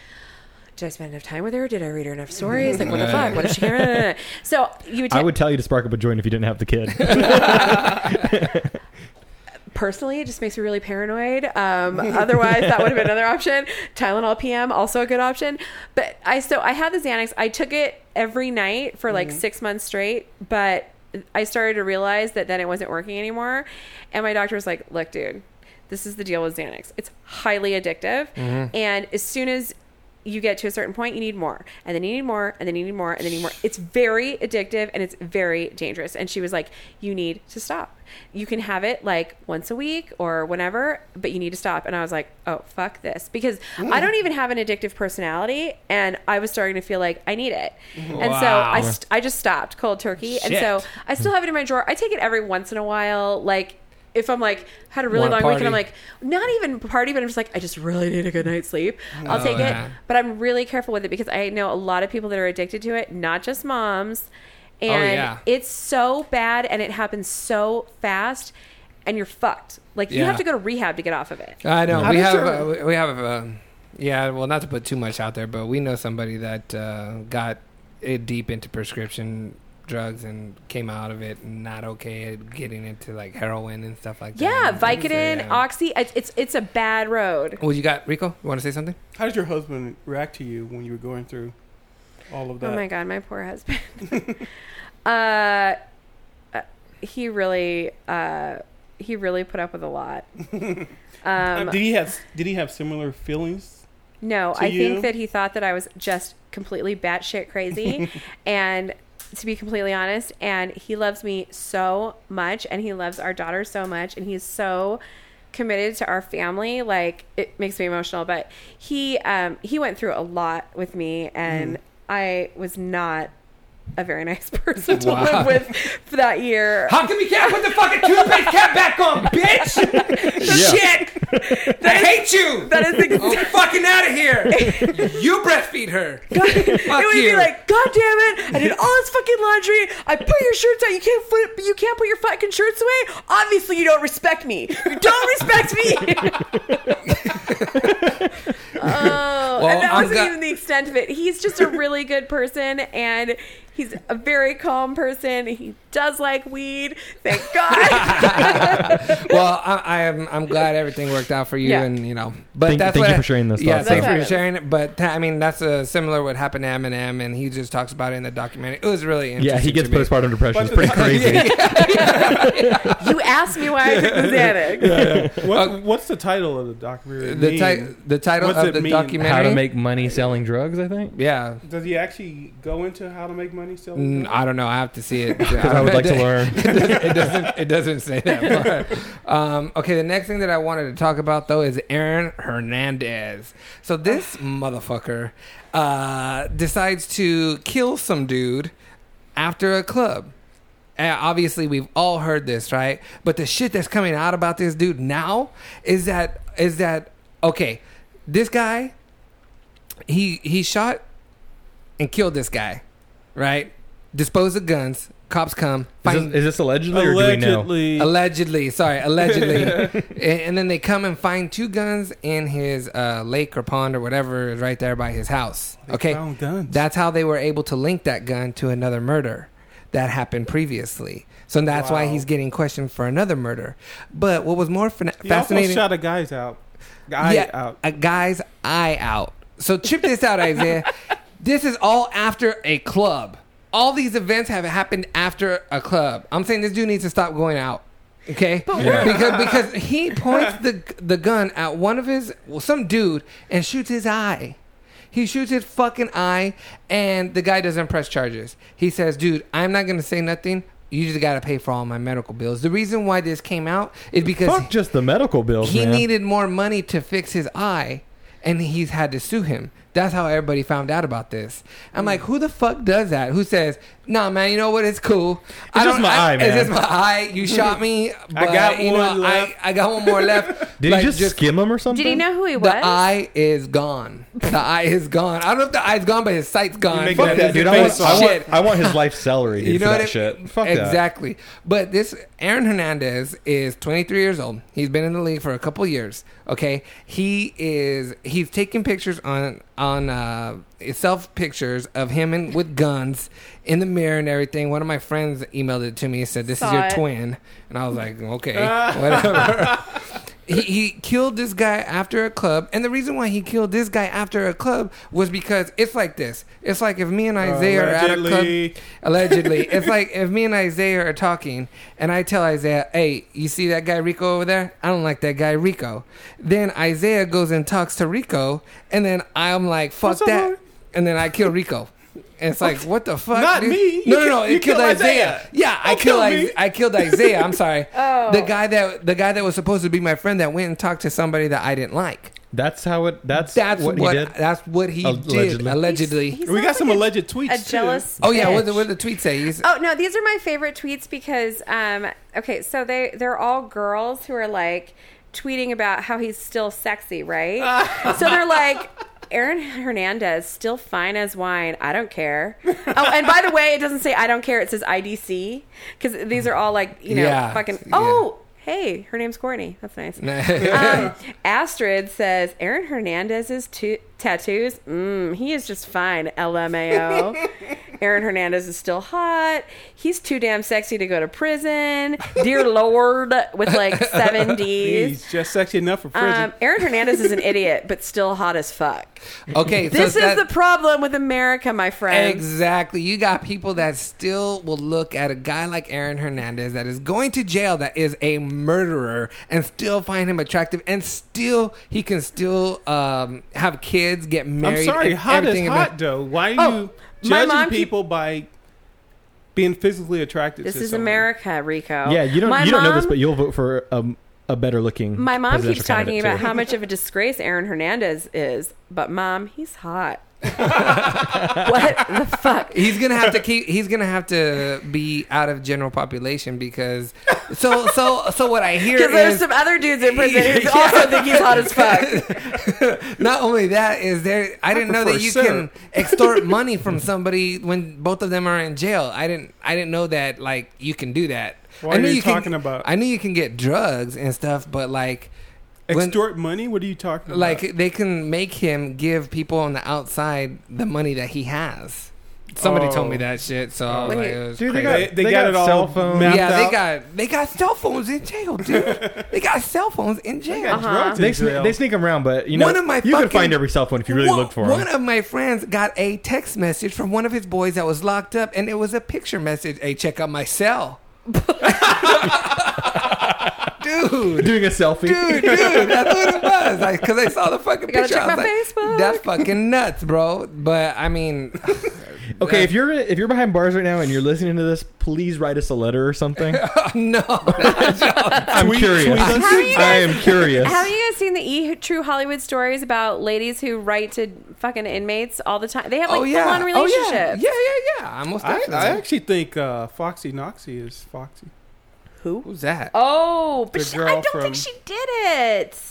Speaker 4: did I spend enough time with her? Did I read her enough stories? Like what the fuck? What is she? So you would,
Speaker 3: I
Speaker 4: ta-
Speaker 3: would tell you to spark up a joint if you didn't have the kid.
Speaker 4: personally, it just makes me really paranoid. Um, otherwise, that would have been another option. Tylenol PM, also a good option. But I so I had the Xanax. I took it every night for like six months straight, but I started to realize that then it wasn't working anymore. And my doctor was like, "Look, dude, this is the deal with Xanax. It's highly addictive, and as soon as you get to a certain point, you need more, and then you need more, and then you need more, and then you need more. It's very addictive and it's very dangerous. And she was like, "You need to stop. You can have it like once a week or whenever, but you need to stop." And I was like, "Oh fuck this," because
Speaker 2: Mm.
Speaker 4: I don't even have an addictive personality, and I was starting to feel like I need it, and so I
Speaker 2: Wow.
Speaker 4: st- I just stopped cold turkey,
Speaker 2: Shit.
Speaker 4: and so I still have it in my drawer. I take it every once in a while, like. If I'm like had a really
Speaker 2: Wanna
Speaker 4: long week and I'm
Speaker 2: party.
Speaker 4: like not even party, but I'm just like I just really need a good night's sleep. I'll
Speaker 2: Oh,
Speaker 4: take
Speaker 2: yeah.
Speaker 4: it, but I'm really careful with it because I know a lot of people that are addicted to it, not just moms. And
Speaker 2: Oh, yeah.
Speaker 4: it's so bad and it happens so fast and you're fucked. Like you
Speaker 2: Yeah.
Speaker 4: have to go to rehab to get off of it.
Speaker 2: I know. We
Speaker 4: I'm
Speaker 2: have,
Speaker 4: sure.
Speaker 2: uh, we- we have, uh, yeah, well, not to put too much out there, but we know somebody that uh, got it deep into prescription drugs and came out of it not okay at getting into like heroin and stuff like
Speaker 4: Yeah,
Speaker 2: that. So,
Speaker 4: Vicodin,
Speaker 2: yeah.
Speaker 4: Oxy, it's, it's it's a bad road.
Speaker 2: Well, you got Rico. You want to say something?
Speaker 5: How did your husband react to you when you were going through all of that?
Speaker 4: Oh my god, my poor husband. uh, uh, he really uh, he really put up with a lot. Um,
Speaker 5: Uh, did he have Did he have similar feelings?
Speaker 4: No,
Speaker 5: to
Speaker 4: I
Speaker 5: you?
Speaker 4: think that he thought that I was just completely batshit crazy. and to be completely honest, and he loves me so much, and he loves our daughter so much, and he's so committed to our family. Like it makes me emotional, but he um, he went through a lot with me, and I was not a very nice person to
Speaker 2: Wow.
Speaker 4: live with for that year.
Speaker 2: How come you can't put the fucking toothpaste cap back on, bitch? Shit! I hate you.
Speaker 4: That is ex-
Speaker 2: I'm fucking out of here. You breastfeed her. Fuck
Speaker 4: it would
Speaker 2: you.
Speaker 4: be like, God damn it! I did all this fucking laundry. I put your shirts out. You can't put you can't put your fucking shirts away. Obviously, you don't respect me. You don't respect me. oh, and that
Speaker 2: I'm
Speaker 4: wasn't
Speaker 2: go-
Speaker 4: even the extent of it. He's just a really good person, and he's a very calm person. He does like weed. Thank God.
Speaker 2: well, I, I am. I'm glad everything worked out for you,
Speaker 4: Yeah.
Speaker 2: and you know. But
Speaker 3: Thank-
Speaker 2: that's
Speaker 3: thank
Speaker 2: what
Speaker 3: you
Speaker 2: I-
Speaker 3: for sharing those
Speaker 2: Yeah,
Speaker 3: thoughts.
Speaker 2: thanks
Speaker 4: That's
Speaker 2: for
Speaker 4: right.
Speaker 2: sharing it. But I mean, that's uh, similar what happened to Eminem, and he just talks about it in the documentary. It was really interesting.
Speaker 3: Yeah, he gets
Speaker 2: to me.
Speaker 3: postpartum depression. It's
Speaker 5: But the-
Speaker 3: pretty crazy.
Speaker 4: you asked me why I took the Xanax.
Speaker 5: What, what's the title of the documentary?
Speaker 2: Uh, The, ti-
Speaker 5: mean?
Speaker 2: the title
Speaker 5: What's
Speaker 2: of
Speaker 5: it
Speaker 2: the
Speaker 5: mean?
Speaker 2: documentary.
Speaker 3: How to make money selling drugs, I think.
Speaker 2: Yeah,
Speaker 5: Does he actually go into how to make money selling?
Speaker 2: Mm, I don't know. I have to see it. Because
Speaker 3: I would like to learn.
Speaker 2: it doesn't. It doesn't say that. Far. Um, okay, the next thing that I wanted to talk about though is Aaron Hernandez. So this motherfucker uh, decides to kill some dude after a club. And obviously, we've all heard this, right? But the shit that's coming out about this dude now is that is that okay? This guy, he he shot and killed this guy, right? Dispose of guns. Cops come.
Speaker 3: Is
Speaker 2: Find,
Speaker 3: this, is this allegedly, or do we know?
Speaker 5: Allegedly,
Speaker 2: allegedly sorry allegedly and, and then they come and find two guns in his uh, lake or pond or whatever is right there by his house okay
Speaker 5: found guns.
Speaker 2: that's how they were able to link that gun to another murder that happened previously so that's why
Speaker 5: Wow.
Speaker 2: he's getting questioned for another murder but what was more fina-
Speaker 5: he
Speaker 2: fascinating
Speaker 5: also shot a guy's out. Guy out.
Speaker 2: a guy's eye out. So check this out, Isaiah. this is all after a club. All these events have happened after a club. I'm saying this dude needs to stop going out. Okay, because because he points the the gun at one of his well, some dude and shoots his eye. He shoots his fucking eye, and the guy doesn't press charges. He says, "Dude, I'm not gonna say nothing. You just gotta pay for all my medical bills." The reason why this came out is because
Speaker 3: Fuck just the medical bills,
Speaker 2: he
Speaker 3: Oh, man.
Speaker 2: needed more money to fix his eye and he's had to sue him that's how everybody found out about this i'm
Speaker 3: Hmm.
Speaker 2: like who the fuck does that who says nah man you know what it's cool
Speaker 3: It's just my eye, man."
Speaker 2: it's just my eye you shot me but,
Speaker 5: got
Speaker 2: you
Speaker 5: one
Speaker 2: know,
Speaker 5: left."
Speaker 2: I, I got one more left
Speaker 3: Did
Speaker 2: Like,
Speaker 3: he just, skim him or something?
Speaker 4: Did he know who he
Speaker 2: the
Speaker 4: was?
Speaker 2: eye is gone. The eye is gone. I don't know if the eye's gone, but his sight's gone.
Speaker 5: make
Speaker 2: Fuck
Speaker 5: that
Speaker 2: that,
Speaker 5: dude.
Speaker 2: dude.
Speaker 3: Dude, I want,
Speaker 5: Face
Speaker 3: I,
Speaker 5: off.
Speaker 2: Shit.
Speaker 3: want, I want his life salary, dude, for
Speaker 2: what
Speaker 3: that
Speaker 2: I-
Speaker 3: shit. Fuck that.
Speaker 2: exactly. But this Aaron Hernandez is 23 years old. He's been in the league for a couple years. Okay, he is. He's taking pictures on on uh, self pictures of him and with guns in the mirror and everything. One of my friends emailed it to me. and Said this
Speaker 4: Saw
Speaker 2: is your
Speaker 4: it.
Speaker 2: twin, and I was like, okay, whatever. he, he killed this guy after a club, and the reason why he killed this guy after a club was because it's like this. It's like if
Speaker 3: Uh,
Speaker 2: me and Isaiah are at a
Speaker 5: Allegedly.
Speaker 2: club, allegedly, it's like if me and Isaiah are talking, and I tell Isaiah, "Hey, you see that guy Rico over there? I don't like that guy Rico." Then Isaiah goes and talks to Rico, and then I'm like, "Fuck
Speaker 5: What's up,
Speaker 2: that,"
Speaker 5: homie?
Speaker 2: and then I kill Rico. And it's like, what the fuck?
Speaker 5: Not
Speaker 2: dude?
Speaker 5: me.
Speaker 2: No,
Speaker 5: You
Speaker 2: no, no.
Speaker 5: ki- you
Speaker 2: It killed
Speaker 5: killed
Speaker 2: Isaiah.
Speaker 5: Isaiah.
Speaker 2: Yeah, I
Speaker 5: Don't
Speaker 2: killed.
Speaker 5: kill
Speaker 2: Is-
Speaker 5: me.
Speaker 2: I killed Isaiah. I'm sorry.
Speaker 4: Oh.
Speaker 2: The guy that the guy that was supposed to be my friend that went and talked to somebody that I didn't like.
Speaker 3: That's how it. That's
Speaker 2: That's
Speaker 3: what,
Speaker 2: what,
Speaker 3: he did.
Speaker 2: that's what he did
Speaker 3: Allegedly.
Speaker 2: allegedly.
Speaker 4: He's- he
Speaker 5: We got
Speaker 4: sounds
Speaker 5: some
Speaker 4: like a-
Speaker 5: alleged tweets.
Speaker 4: A
Speaker 5: too.
Speaker 4: jealous.
Speaker 2: oh yeah, what did
Speaker 4: bitch.
Speaker 2: what did the tweet say? He's,
Speaker 4: Oh no, these are my favorite tweets because um okay, so they they're all girls who are like tweeting about how he's still sexy, right? so they're like Aaron Hernandez still fine as wine. I don't care. Oh, and by the way, it doesn't say I don't care. It says IDC because these are all like you know
Speaker 2: Yeah.
Speaker 4: fucking.
Speaker 2: Yeah.
Speaker 4: Oh, hey, her name's Courtney. That's nice. Um, Astrid says Aaron Hernandez's tu- tattoos. Mm, he is just fine. LMAO. Aaron Hernandez is still hot. He's too damn sexy to go to prison. Dear Lord, with like seven D's.
Speaker 5: He's just sexy enough for prison.
Speaker 4: Um, Aaron Hernandez is an idiot, but still hot as fuck.
Speaker 2: okay, so
Speaker 4: This is
Speaker 2: that-
Speaker 4: the problem with America, my friend.
Speaker 2: Exactly. You got people that still will look at a guy like Aaron Hernandez that is going to jail, that is a murderer, and still find him attractive, and still he can still um, have kids, get married.
Speaker 5: I'm sorry,
Speaker 2: and
Speaker 5: hot
Speaker 2: e-
Speaker 5: is
Speaker 2: everything about-
Speaker 5: hot though. Why are
Speaker 4: Oh,
Speaker 5: you
Speaker 4: my mom
Speaker 5: judging
Speaker 4: keep-
Speaker 5: people by being physically attracted?
Speaker 4: This
Speaker 5: to
Speaker 4: is
Speaker 5: someone?
Speaker 4: America, Rico.
Speaker 3: Yeah, you don't.
Speaker 4: My
Speaker 3: you don't know this,
Speaker 4: mom-
Speaker 3: but you'll vote for um, a better looking.
Speaker 4: My mom keeps
Speaker 3: presidential
Speaker 4: talking
Speaker 3: candidate,
Speaker 4: about
Speaker 3: too.
Speaker 4: how much of a disgrace Aaron Hernandez is, but mom, he's hot. what the fuck?
Speaker 2: He's gonna have to keep. He's gonna have to be out of general population because. So so so what I hear
Speaker 4: Because there's
Speaker 2: is
Speaker 4: some other dudes in prison who also think he's hot as fuck.
Speaker 2: not only that is there. I didn't know that
Speaker 5: prefer
Speaker 2: you can
Speaker 5: syrup.
Speaker 2: extort money from somebody when both of them are in jail. I didn't. I didn't know that. Like you can do that.
Speaker 5: What
Speaker 2: I
Speaker 5: are
Speaker 2: knew
Speaker 5: you
Speaker 2: can-
Speaker 5: talking about?
Speaker 2: I knew you can get drugs and stuff, but like. when-
Speaker 5: Extort money? What are you talking about?
Speaker 2: like they can make him give people on the outside the money that he has. Somebody told
Speaker 5: Oh.
Speaker 2: me that shit, so I was
Speaker 4: When
Speaker 2: like,
Speaker 4: you-
Speaker 2: it was
Speaker 3: Dude, they
Speaker 2: crazy.
Speaker 3: got,
Speaker 5: They- they got it all
Speaker 3: cell phones.
Speaker 5: mapped
Speaker 2: yeah,
Speaker 5: out.
Speaker 2: they got they got cell phones in jail, dude. they got cell phones in jail.
Speaker 5: got
Speaker 4: Uh-huh.
Speaker 5: drugs in
Speaker 3: They, sne-
Speaker 5: jail.
Speaker 3: they sneak them around, but you know,
Speaker 2: One of my
Speaker 3: you
Speaker 2: fucking-
Speaker 3: could find every cell phone if you really
Speaker 2: one,
Speaker 3: looked for
Speaker 2: One
Speaker 3: them.
Speaker 2: of my friends got a text message from one of his boys that was locked up, and it was a picture message. Hey, check out my cell, dude.
Speaker 3: Doing a selfie.
Speaker 2: dude, dude, that's what it was. Like, cause I saw the fucking
Speaker 4: gotta
Speaker 2: picture.
Speaker 4: check
Speaker 2: I was
Speaker 4: my
Speaker 2: like,
Speaker 4: Facebook.
Speaker 2: That's fucking nuts, bro. But I mean,
Speaker 3: Okay, if you're if you're behind bars right now and you're listening to this, please write us a letter or something.
Speaker 2: Oh, no,
Speaker 3: I'm curious.
Speaker 5: tweet us.
Speaker 4: How are
Speaker 3: I
Speaker 4: you guys-
Speaker 3: am curious.
Speaker 4: Have you guys seen the e True Hollywood stories about ladies who write to fucking inmates all the time? They have like
Speaker 2: oh yeah,
Speaker 4: full-on relationships.
Speaker 2: Oh, yeah. yeah, yeah, yeah. I most
Speaker 5: I,
Speaker 2: definitely.
Speaker 5: I actually think uh, Foxy Noxy is Foxy.
Speaker 2: Who's that?
Speaker 4: Oh, but
Speaker 5: The
Speaker 4: she,
Speaker 5: girl
Speaker 4: I don't
Speaker 5: from-
Speaker 4: think she did it.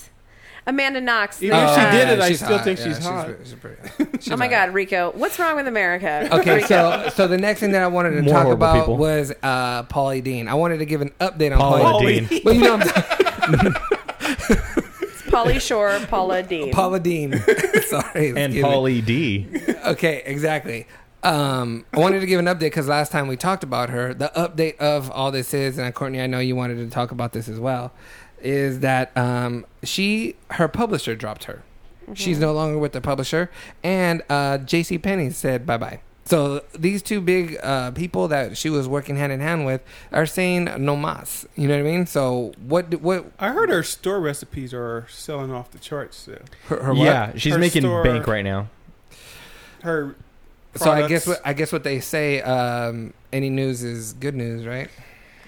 Speaker 4: Amanda Knox.
Speaker 5: Even if she
Speaker 4: Uh,
Speaker 5: did it, I
Speaker 2: she's
Speaker 5: still
Speaker 2: hot.
Speaker 5: think
Speaker 2: Yeah,
Speaker 5: she's hot.
Speaker 2: pretty- she's pretty- she's
Speaker 4: Oh my
Speaker 2: hot.
Speaker 4: God, Rico, what's wrong with America?
Speaker 2: Okay, so so the next thing that I wanted to
Speaker 3: More
Speaker 2: talk
Speaker 3: horrible
Speaker 2: about
Speaker 3: people.
Speaker 2: was uh, Paulie Dean. I wanted to give an update on
Speaker 3: Paula
Speaker 2: Paulie.
Speaker 5: Holy-
Speaker 3: Dean.
Speaker 2: Well, you know, I'm talking
Speaker 4: Polly Shore, Paula Dean.
Speaker 2: Paula Dean. Sorry,
Speaker 3: And
Speaker 2: excuse me.
Speaker 3: Paulie D.
Speaker 2: Okay, exactly. Um, I wanted to give an update because last time we talked about her. The update of all this is, and uh, Courtney, I know you wanted to talk about this as well, is that um, she her publisher dropped her. She's no longer with the publisher, and uh, J.C. Penney said bye bye. So these two big uh, people that she was working hand in hand with are saying no mas. You know what I mean? So what? do- What?
Speaker 5: I heard her store recipes are selling off the charts. So.
Speaker 2: Her, her what?
Speaker 3: Yeah, she's
Speaker 5: Her
Speaker 3: making
Speaker 5: store-
Speaker 3: bank right now.
Speaker 5: Her
Speaker 2: So I guess
Speaker 5: products-
Speaker 2: what I guess what they say, um, any news is good news, right?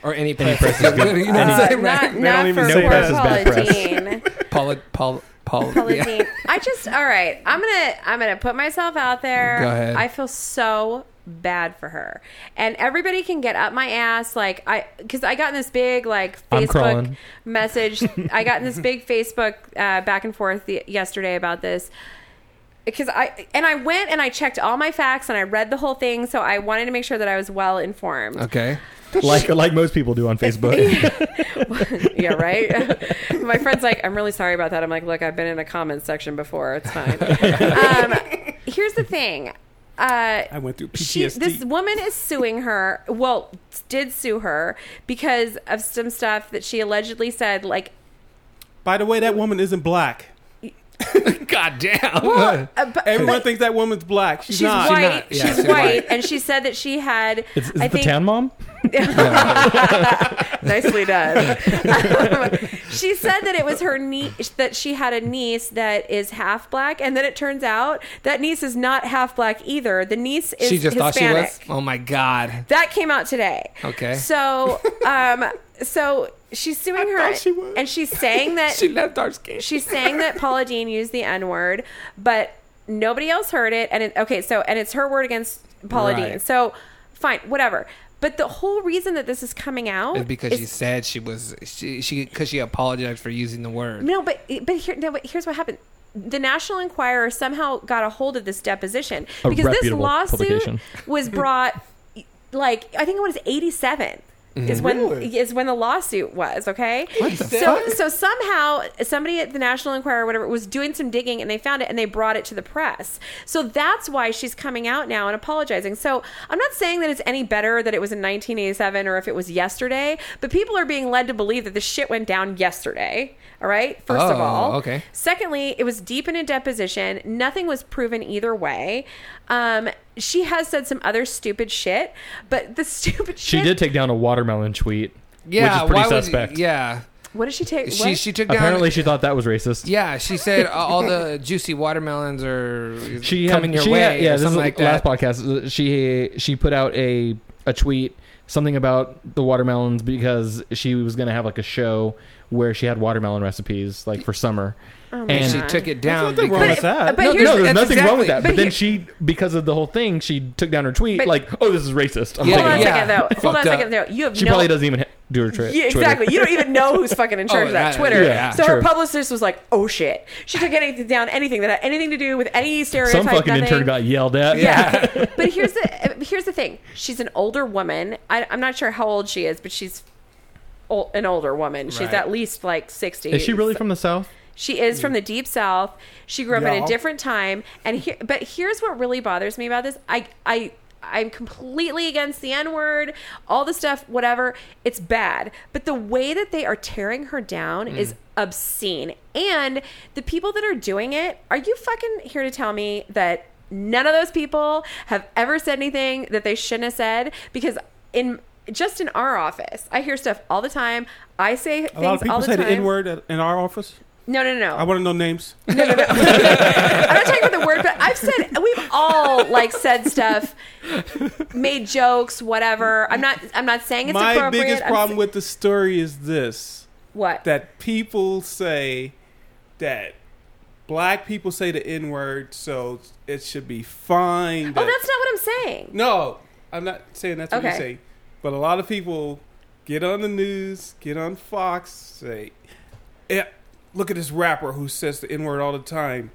Speaker 2: Or any press,
Speaker 3: press
Speaker 2: is
Speaker 3: is
Speaker 2: good.
Speaker 3: good-
Speaker 2: You know
Speaker 4: Uh,
Speaker 2: what I'm saying,
Speaker 4: not
Speaker 2: right?
Speaker 5: They
Speaker 4: not
Speaker 5: don't
Speaker 4: for
Speaker 5: even
Speaker 3: say
Speaker 4: poor
Speaker 3: press is bad
Speaker 4: Paula
Speaker 3: press.
Speaker 4: Dean.
Speaker 2: Paula, Paula, Paula.
Speaker 4: Paula
Speaker 2: yeah.
Speaker 4: Dean. I just all right. I'm gonna I'm gonna put myself out there.
Speaker 2: Go ahead.
Speaker 4: I feel so bad for her, and everybody can get up my ass. Like I, because I got in this big like
Speaker 3: I'm
Speaker 4: Facebook
Speaker 3: crawling.
Speaker 4: message. I got in this big Facebook uh, back and forth the, yesterday about this because I and I went and I checked all my facts and I read the whole thing, so I wanted to make sure that I was well informed.
Speaker 2: Okay.
Speaker 3: Like like most people do on Facebook.
Speaker 4: yeah, right. My friend's like, I'm really sorry about that. I'm like, look, I've been in a comment section before. It's fine. um, here's the thing. Uh,
Speaker 5: I went through
Speaker 4: she,
Speaker 5: PTSD.
Speaker 4: this woman is suing her. Well, did sue her because of some stuff that she allegedly said, like
Speaker 5: By the way, that woman isn't black.
Speaker 2: God damn.
Speaker 4: Well, uh, but-
Speaker 5: Everyone
Speaker 4: but
Speaker 5: thinks that woman's black. She's,
Speaker 4: she's
Speaker 5: not.
Speaker 4: white.
Speaker 2: not.
Speaker 4: She's,
Speaker 2: Yeah, she's
Speaker 4: white.
Speaker 2: white.
Speaker 4: and she said that she had.
Speaker 3: Is, is
Speaker 4: I
Speaker 3: it the
Speaker 4: think
Speaker 3: tan mom?
Speaker 4: nicely done. she said that it was her niece that she had a niece that is half black, and then it turns out that niece is not half black either. The niece is
Speaker 2: she just
Speaker 4: Hispanic.
Speaker 2: thought she was. Oh my god.
Speaker 4: That came out today.
Speaker 2: Okay.
Speaker 4: So, um, so she's suing her, and she's saying that
Speaker 2: She left dark skin.
Speaker 4: she's saying that Paula Dean used the N word, but nobody else heard it. And it, okay, so and it's her word against Paula
Speaker 2: Right.
Speaker 4: Dean. So fine, whatever. But the whole reason that this is coming out
Speaker 2: It's because
Speaker 4: is-
Speaker 2: she said she was she she because she apologized for using the word.
Speaker 4: no, but but here no, but here's what happened. The National Enquirer somehow got a hold of this deposition
Speaker 3: A
Speaker 4: because this
Speaker 3: reputable
Speaker 4: lawsuit
Speaker 3: publication.
Speaker 4: was brought like I think it was 87
Speaker 2: Mm-hmm.
Speaker 4: is when is when the lawsuit was, okay? so so somehow somebody at the National Enquirer or whatever was doing some digging and they found it and they brought it to the press. So that's why she's coming out now and apologizing. So I'm not saying that it's any better that it was in 1987 or if it was yesterday, but people are being led to believe that this shit went down yesterday, all right? First of
Speaker 2: Oh,
Speaker 4: all.
Speaker 2: okay.
Speaker 4: Secondly, it was deep in a deposition. Nothing was proven either way. Um, she has said some other stupid shit, but the stupid
Speaker 3: She
Speaker 4: shit.
Speaker 3: did take down a watermelon tweet.
Speaker 2: Yeah,
Speaker 3: which is pretty
Speaker 2: why
Speaker 3: suspect.
Speaker 2: Would, yeah,
Speaker 4: What did she take?
Speaker 2: she
Speaker 4: what?
Speaker 2: she took down.
Speaker 3: Apparently, she thought that was racist.
Speaker 2: yeah, she said a- all the juicy watermelons are
Speaker 3: she had-
Speaker 2: coming your
Speaker 3: she
Speaker 2: way.
Speaker 3: had- yeah,
Speaker 2: or
Speaker 3: this is
Speaker 2: something
Speaker 3: the
Speaker 2: like
Speaker 3: last
Speaker 2: that.
Speaker 3: podcast. She she put out a a tweet something about the watermelons because she was going to have like a show where she had watermelon recipes like for summer.
Speaker 2: and
Speaker 3: and
Speaker 2: she took it down.
Speaker 5: nothing wrong
Speaker 2: because-
Speaker 5: with that.
Speaker 4: Oh But
Speaker 3: no,
Speaker 4: here's
Speaker 3: no, there's
Speaker 2: that's
Speaker 3: nothing
Speaker 2: exactly-
Speaker 3: wrong with that. But,
Speaker 4: but
Speaker 3: then
Speaker 4: here-
Speaker 3: she, because of the whole thing, she took down her tweet
Speaker 4: But-
Speaker 3: like, "Oh, this is racist." I'm
Speaker 2: Yeah,
Speaker 4: Hold
Speaker 3: taking
Speaker 4: on a
Speaker 3: it
Speaker 2: yeah.
Speaker 3: down.
Speaker 4: second, though. Hold on
Speaker 2: Fucked
Speaker 4: a second,
Speaker 2: up.
Speaker 4: though. You have
Speaker 3: She
Speaker 4: no.
Speaker 3: probably doesn't even ha- do her tri-
Speaker 4: Yeah,
Speaker 3: Twitter. Oh,
Speaker 4: exactly. You don't even know who's fucking in charge of that
Speaker 2: that-
Speaker 4: Twitter.
Speaker 3: yeah,
Speaker 4: so her
Speaker 3: true.
Speaker 4: publicist was like, "Oh shit!" She took anything down, anything that had anything to do with any stereotype.
Speaker 3: Some fucking
Speaker 4: nothing.
Speaker 3: intern got yelled at.
Speaker 4: Yeah. but here's the here's the thing. She's an older woman. I, I'm not sure how old she is, but she's ol an older woman. She's
Speaker 2: Right.
Speaker 4: at least like 60.
Speaker 3: Is she really from the south?
Speaker 4: She is
Speaker 5: Mm.
Speaker 4: from the deep south. She grew up in a
Speaker 5: Y'all.
Speaker 4: different time. And here, but here's what really bothers me about this. I I I'm completely against the N word, all the stuff, whatever. It's bad. But the way that they are tearing her down
Speaker 5: Mm.
Speaker 4: is obscene. And the people that are doing it, are you fucking here to tell me that none of those people have ever said anything that they shouldn't have said? Because in just in our office, I hear stuff all the time. I say things
Speaker 5: A lot of
Speaker 4: all
Speaker 5: people
Speaker 4: the
Speaker 5: say
Speaker 4: time.
Speaker 5: the N word at- in our office.
Speaker 4: No, no, no, no.
Speaker 5: I want to know names.
Speaker 4: I'm not talking about the word, but I've said we've all like said stuff, made jokes, whatever. I'm not. I'm not saying it's
Speaker 5: My
Speaker 4: appropriate.
Speaker 5: biggest
Speaker 4: I'm
Speaker 5: problem
Speaker 4: s-
Speaker 5: with the story is this:
Speaker 4: what?
Speaker 5: that people say that black people say the N word, so it should be fine.
Speaker 4: oh,
Speaker 5: that-
Speaker 4: that's not what I'm saying.
Speaker 5: No, I'm not saying that's what
Speaker 4: Okay.
Speaker 5: you say. But a lot of people get on the news, get on Fox, say, yeah, look at this rapper who says the N word all the time.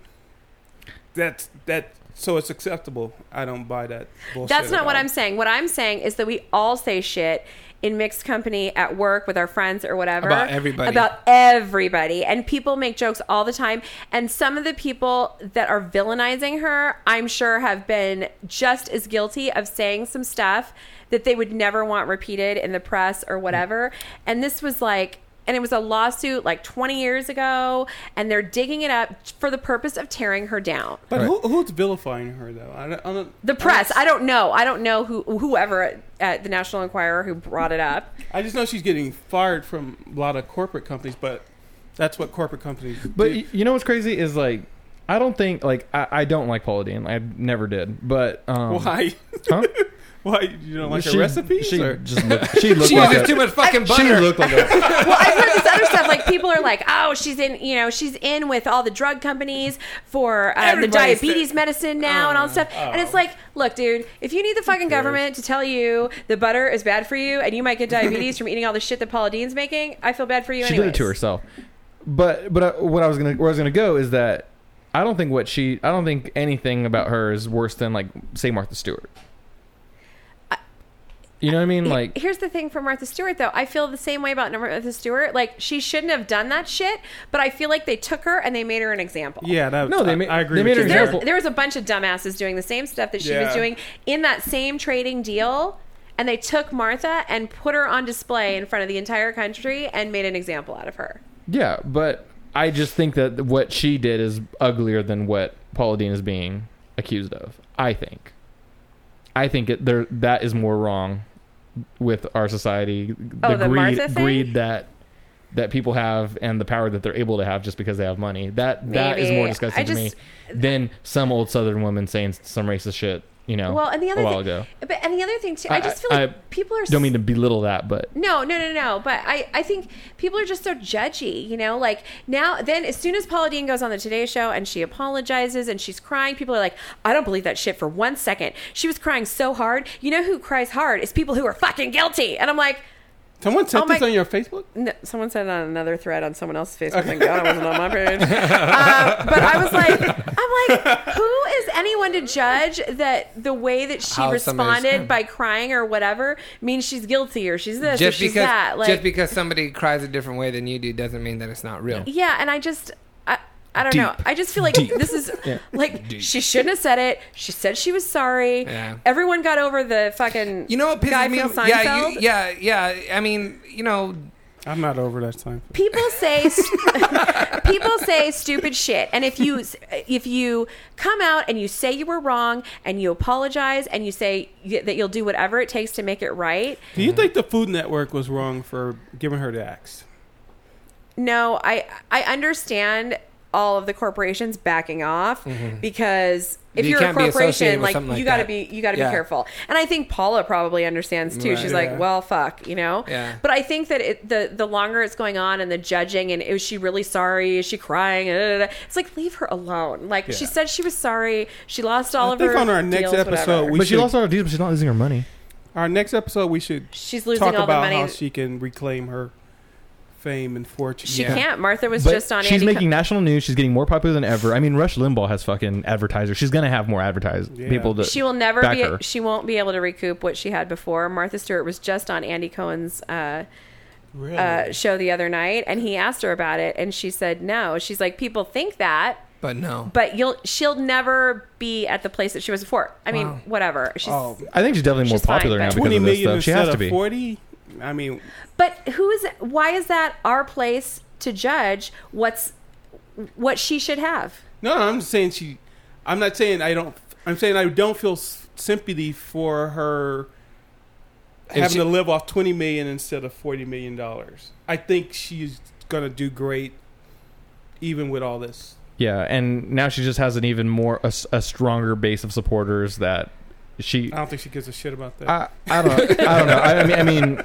Speaker 5: That's that. So it's acceptable. I don't buy that. Bullshit
Speaker 4: That's
Speaker 5: at
Speaker 4: not what
Speaker 5: all.
Speaker 4: I'm saying. What I'm saying is that we all say shit in mixed company at work with our friends or whatever
Speaker 2: About everybody.
Speaker 4: about everybody and people make jokes all the time and some of the people that are villainizing her i'm sure have been just as guilty of saying some stuff that they would never want repeated in the press or whatever and this was like and it was a lawsuit like 20 years ago and they're digging it up for the purpose of tearing her down
Speaker 5: But who, who's vilifying her though? I don't. I don't
Speaker 4: the press. I don't know. I don't know who whoever at, at the National Enquirer who brought it up.
Speaker 5: I just know she's getting fired from a lot of corporate companies, but that's what corporate companies.
Speaker 3: But
Speaker 5: do.
Speaker 3: y you know what's crazy is like, I don't think like I, I don't like Paula Dean. I never did. But um,
Speaker 5: why?
Speaker 3: Huh?
Speaker 5: Why you don't like
Speaker 3: she,
Speaker 5: her recipes?
Speaker 3: She
Speaker 5: or?
Speaker 3: just looked, she looked
Speaker 2: She
Speaker 3: like
Speaker 2: uses
Speaker 3: a,
Speaker 2: too much fucking
Speaker 3: She
Speaker 2: butter.
Speaker 3: looked like a,
Speaker 4: Well, I've heard this other stuff. Like people are like, "Oh, she's in. You know, she's in with all the drug companies for uh, the
Speaker 5: Everybody's
Speaker 4: diabetes medicine now and all this stuff." And it's like, look, dude, if you need the fucking government to tell you the butter is bad for you and you might get diabetes from eating all the shit that Paula Dean's making, I feel bad for you.
Speaker 3: she
Speaker 4: anyways.
Speaker 3: did it to herself. But but uh, what I was gonna where I was gonna go is that I don't think what she I don't think anything about her is worse than like say Martha Stewart. You know what I mean? Like
Speaker 4: here's the thing for Martha Stewart though. I feel the same way about Martha Stewart. Like she shouldn't have done that shit, but I feel like they took her and they made her an example.
Speaker 5: yeah, that,
Speaker 3: No, they
Speaker 5: I,
Speaker 3: ma-
Speaker 5: I agree.
Speaker 3: they
Speaker 5: with
Speaker 3: made
Speaker 5: you
Speaker 3: her
Speaker 5: there.
Speaker 4: there,
Speaker 3: example.
Speaker 4: there was a bunch of dumbasses doing the same stuff that she was
Speaker 5: Yeah.
Speaker 4: doing in that same trading deal and they took martha and put her on display in front of the entire country and made an example out of her
Speaker 3: yeah, but I just think that what she did is uglier than what Paula Dean is being accused of. I think. I think it, there that is more wrong with our society.
Speaker 4: Oh, the
Speaker 3: greed,
Speaker 4: Martha thing?
Speaker 3: greed that that people have and the power that they're able to have just because they have money. That that is
Speaker 4: Maybe.
Speaker 3: more
Speaker 4: I
Speaker 3: disgusting to me
Speaker 4: just-
Speaker 3: than some old Southern woman saying some racist shit. You know,
Speaker 4: Well, and the other
Speaker 3: Oh, a while
Speaker 4: thing,
Speaker 3: ago.
Speaker 4: but and the other thing too, I,
Speaker 3: I-
Speaker 4: just feel
Speaker 3: I-
Speaker 4: like
Speaker 3: I
Speaker 4: people are
Speaker 3: Don't mean to belittle that, but
Speaker 4: No, no, no, no. But I, I think people are just so judgy, you know? Like now, then as soon as Paula Dean goes on the Today Show and she apologizes and she's crying, people are like, I don't believe that shit for one second. She was crying so hard. You know who cries hard? It's people who are fucking guilty. And I'm like,
Speaker 5: Someone said
Speaker 4: Oh my-
Speaker 5: this on your Facebook.
Speaker 4: no, someone said it on another thread on someone else's Facebook. Thank God it wasn't on my page. um, but I was like, I'm like, who is anyone to judge that the way that she
Speaker 2: How somebody's-
Speaker 4: responded by crying or whatever means she's guilty or she's this or
Speaker 2: just
Speaker 4: she's
Speaker 2: because
Speaker 4: that? Like,
Speaker 2: just because somebody cries a different way than you do doesn't mean that it's not real.
Speaker 4: Yeah, and I just I, I don't know. I just feel like this is like she shouldn't have said it. She said she was sorry.
Speaker 2: Yeah.
Speaker 4: Everyone got over the fucking
Speaker 2: You know what pisses
Speaker 4: guy
Speaker 2: me
Speaker 4: from
Speaker 2: off?
Speaker 4: Seinfeld.
Speaker 2: Yeah, you, yeah, yeah. I mean, you know,
Speaker 5: I'm not over that Seinfeld.
Speaker 4: People say st- people say stupid shit, and if you if you come out and you say you were wrong and you apologize and you say y- that you'll do whatever it takes to make it right,
Speaker 5: Do you think the Food Network was wrong for giving her the axe?
Speaker 4: no i i understand all of the corporations backing off because if
Speaker 2: You
Speaker 4: you are a
Speaker 2: can't be associated
Speaker 4: corporation
Speaker 2: with
Speaker 4: like,
Speaker 2: something like
Speaker 4: you got to
Speaker 2: that.
Speaker 4: be you got to
Speaker 2: Yeah.
Speaker 4: be careful and i think paula probably understands too
Speaker 2: Right.
Speaker 4: she's
Speaker 5: Yeah.
Speaker 4: like well fuck you know
Speaker 2: Yeah.
Speaker 4: but i think that it, the the longer it's going on and the judging and is she really sorry is she crying Uh, da, da, da. it's like leave her alone like she
Speaker 5: Yeah.
Speaker 4: said she was sorry she lost all
Speaker 5: I
Speaker 4: of
Speaker 5: think
Speaker 4: her
Speaker 5: on our next
Speaker 4: deals,
Speaker 5: episode,
Speaker 4: whatever.
Speaker 5: we
Speaker 3: but she
Speaker 5: should-
Speaker 3: lost all her deals, but she's not losing her money.
Speaker 5: Our next episode, we should
Speaker 4: she's losing
Speaker 5: talk
Speaker 4: all the
Speaker 5: about
Speaker 4: money
Speaker 5: how she can reclaim her fame and fortune.
Speaker 4: she
Speaker 2: Yeah.
Speaker 4: can't martha was
Speaker 3: But
Speaker 4: just on
Speaker 3: she's
Speaker 4: Andy
Speaker 3: making national news. She's getting more popular than ever. I mean, Rush Limbaugh has fucking advertisers. She's gonna have more advertisers.
Speaker 5: Yeah.
Speaker 3: People. To,
Speaker 4: she will never
Speaker 3: back
Speaker 4: be
Speaker 3: her.
Speaker 4: she won't be able to recoup what she had before martha stewart was just on andy cohen's uh,
Speaker 5: Really?
Speaker 4: uh, show the other night and he asked her about it and she said no she's like people think that
Speaker 2: but no.
Speaker 4: but you'll she'll never be at the place that she was before i mean
Speaker 2: Wow.
Speaker 4: whatever she's
Speaker 5: oh,
Speaker 3: I think she's definitely more
Speaker 4: She's fine,
Speaker 3: popular
Speaker 4: but-
Speaker 3: now because
Speaker 5: 20
Speaker 3: of this
Speaker 5: million
Speaker 3: stuff. She
Speaker 5: instead
Speaker 3: has to
Speaker 5: of
Speaker 3: be.
Speaker 5: 40? I mean,
Speaker 4: but who is why is that our place to judge what's what she should have
Speaker 5: no, no, I'm just saying she. I'm not saying I don't. I'm saying I don't feel s- sympathy for her having
Speaker 2: she-
Speaker 5: to live off 20 million instead of 40 million dollars. I think she's gonna do great, even with all this.
Speaker 3: Yeah, and now she just has an even more a, s- a stronger base of supporters that she.
Speaker 5: I don't think she gives a shit about that.
Speaker 3: I, I don't. I don't know. I, I mean, I mean,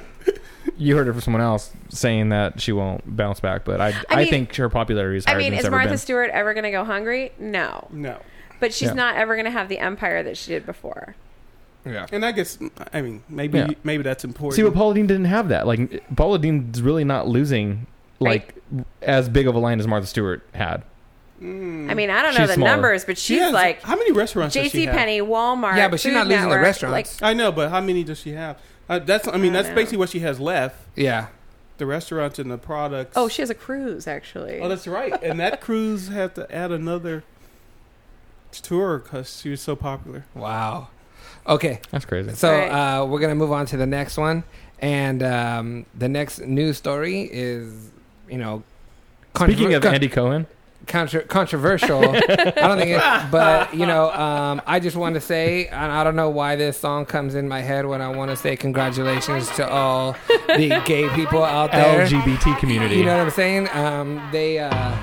Speaker 3: you heard it from someone else saying that she won't bounce back, but I, I,
Speaker 4: mean-
Speaker 3: think her popularity is
Speaker 4: i
Speaker 3: higher
Speaker 4: mean
Speaker 3: than it's
Speaker 4: is
Speaker 3: ever
Speaker 4: martha
Speaker 3: been.
Speaker 4: stewart ever going to go hungry no
Speaker 5: no,
Speaker 4: but she's
Speaker 3: Yeah.
Speaker 4: not ever going to have the empire that she did before
Speaker 2: Yeah.
Speaker 5: and I guess I mean maybe
Speaker 3: Yeah.
Speaker 5: maybe that's important.
Speaker 3: See, but Paula Dean didn't have that. Like Paula Dean's really not losing like as big of a line as Martha Stewart had.
Speaker 4: I mean, I don't know
Speaker 3: She's
Speaker 4: the
Speaker 3: smaller.
Speaker 4: numbers, but
Speaker 5: Hmm. She
Speaker 4: she's
Speaker 5: has-
Speaker 4: like
Speaker 5: how many restaurants? does she
Speaker 4: J.C.
Speaker 5: have?
Speaker 4: Penney, Walmart.
Speaker 2: Yeah, but she's
Speaker 4: Food
Speaker 2: not losing the
Speaker 4: Network,
Speaker 2: restaurants.
Speaker 4: Like,
Speaker 5: I know, but how many does she have? Uh, that's I mean
Speaker 4: I don't
Speaker 5: that's basically
Speaker 4: know.
Speaker 5: what she has left:
Speaker 2: Yeah.
Speaker 5: the restaurants and the products.
Speaker 4: oh, she has a cruise actually.
Speaker 5: Oh, that's right. And that cruise had to add another tour because she was so popular.
Speaker 2: Wow. Okay.
Speaker 3: That's crazy.
Speaker 2: So
Speaker 4: Right.
Speaker 2: uh, we're gonna move on to the next one, and um, the next news story is, you know, controver-
Speaker 3: Speaking of
Speaker 2: con-
Speaker 3: Andy Cohen,
Speaker 2: contra- controversial. I don't think, it, but you know, um, I just want to say, and I don't know why this song comes in my head when I want to say congratulations to all the gay people out there.
Speaker 3: LGBT community.
Speaker 2: You know what I'm saying? Um, they uh,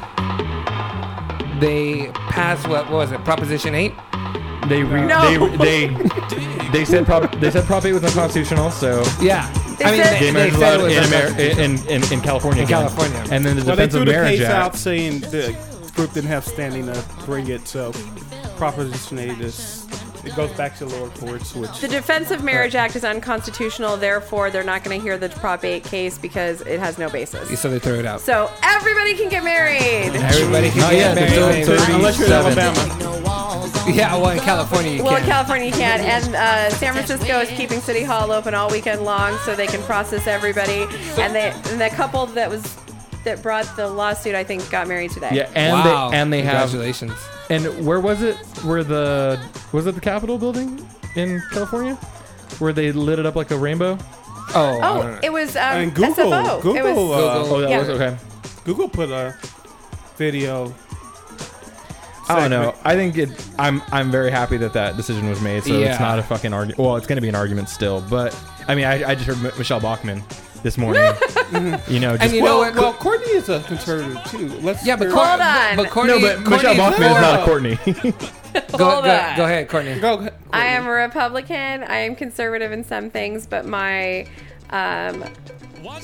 Speaker 2: they passed what, what was it? Proposition eight.
Speaker 3: they re-
Speaker 4: No.
Speaker 3: they they they said prop they said Prop 8 was unconstitutional, so
Speaker 2: Yeah, I mean,
Speaker 4: said-
Speaker 2: they,
Speaker 3: gay marriage
Speaker 2: they
Speaker 3: is
Speaker 2: said
Speaker 3: allowed
Speaker 2: it was
Speaker 3: in,
Speaker 2: unconstitutional.
Speaker 3: Ameri- in, in, in California.
Speaker 2: In
Speaker 3: again.
Speaker 2: California.
Speaker 3: And then the
Speaker 5: Well, they
Speaker 3: Defense
Speaker 5: threw
Speaker 3: of
Speaker 5: the
Speaker 3: Marriage
Speaker 5: case out
Speaker 3: Act.
Speaker 5: saying the group didn't have standing to bring it, so Proposition 8 is. It goes back to lower courts, which.
Speaker 4: the Defense of Marriage Act is unconstitutional. Therefore, they're not going to hear the Prop 8 case because it has no basis.
Speaker 2: So they threw it out.
Speaker 4: So everybody can get married.
Speaker 2: Everybody can
Speaker 3: Not
Speaker 2: get
Speaker 3: yet, until
Speaker 2: married.
Speaker 3: thirty-
Speaker 5: Unless you're in
Speaker 3: Seven.
Speaker 5: Alabama.
Speaker 2: Yeah, well, in California you
Speaker 4: Well, in
Speaker 2: can.
Speaker 4: California, you can. And uh, San Francisco is keeping City Hall open all weekend long so they can process everybody. And, they, and the couple that was that brought the lawsuit, I think, got married today.
Speaker 3: Yeah, and
Speaker 2: wow.
Speaker 3: they and they have
Speaker 2: congratulations.
Speaker 3: and where was it? Where the was it the Capitol building in California? Where they lit it up like a rainbow?
Speaker 2: Oh, I
Speaker 4: Oh,
Speaker 2: don't know.
Speaker 4: it was um,
Speaker 5: And Google.
Speaker 4: SFO. It was-
Speaker 5: Google, uh,
Speaker 3: Oh, that
Speaker 4: Yeah.
Speaker 3: was okay.
Speaker 5: Google put a video.
Speaker 3: I don't know.
Speaker 5: segment.
Speaker 3: I think it. I'm I'm very happy that that decision was made. So
Speaker 2: Yeah.
Speaker 3: it's not a fucking argument. Well, it's going to be an argument still. But I mean, I, I just heard M- Michelle Bachman this morning. you know, just
Speaker 2: And you know
Speaker 5: well,
Speaker 2: what?
Speaker 5: well, Courtney is a conservative too. Let's
Speaker 2: yeah, but,
Speaker 5: hear-
Speaker 2: Cour-
Speaker 4: Hold on.
Speaker 2: but Courtney,
Speaker 3: no, but Michelle
Speaker 2: Courtney's
Speaker 3: Bachman
Speaker 2: more-
Speaker 3: is not a Courtney.
Speaker 2: Go,
Speaker 4: Hold
Speaker 2: go-
Speaker 4: on.
Speaker 2: go ahead, Courtney.
Speaker 5: Go, Courtney.
Speaker 4: I am a Republican. I am conservative in some things, but my um,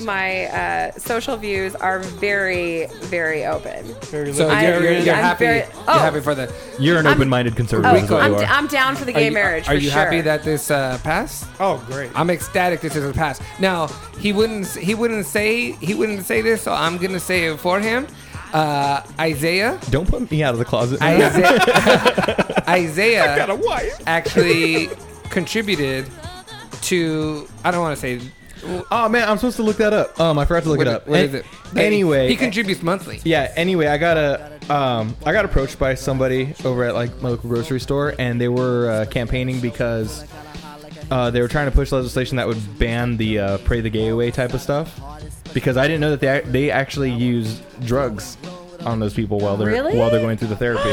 Speaker 4: my uh, social views are very, very open.
Speaker 5: Very
Speaker 2: So
Speaker 5: libertarian.
Speaker 2: you're, you're, you're
Speaker 4: I'm
Speaker 2: happy.
Speaker 4: very-
Speaker 2: You're
Speaker 4: oh.
Speaker 2: happy for the.
Speaker 3: You're an
Speaker 4: I'm-
Speaker 3: open-minded conservative. is
Speaker 4: Oh,
Speaker 3: what
Speaker 4: I'm,
Speaker 3: you are.
Speaker 4: I'm down for the gay
Speaker 2: are you,
Speaker 4: marriage.
Speaker 2: Are
Speaker 4: for
Speaker 2: you
Speaker 4: sure.
Speaker 2: happy that this uh, passed?
Speaker 5: oh, great.
Speaker 2: I'm ecstatic this is a pass. Now he wouldn't he wouldn't say he wouldn't say this, so I'm gonna say it for him. Uh, Isaiah,
Speaker 3: Don't put me out of the closet.
Speaker 2: Isaiah, Isaiah
Speaker 5: got a wife.
Speaker 2: actually contributed to I don't want to say
Speaker 3: oh man, I'm supposed to look that up. Um, I forgot to look
Speaker 2: what,
Speaker 3: it up.
Speaker 2: what
Speaker 3: An-
Speaker 2: is it?
Speaker 3: Anyway,
Speaker 2: he contributes monthly.
Speaker 3: Yeah. Anyway, I got a um, I got approached by somebody over at like my local grocery store, and they were uh, campaigning because uh, they were trying to push legislation that would ban the uh, pray the gay away type of stuff. Because I didn't know that they ac- they actually use drugs on those people while they're
Speaker 4: Really?
Speaker 3: while they're going through the therapy.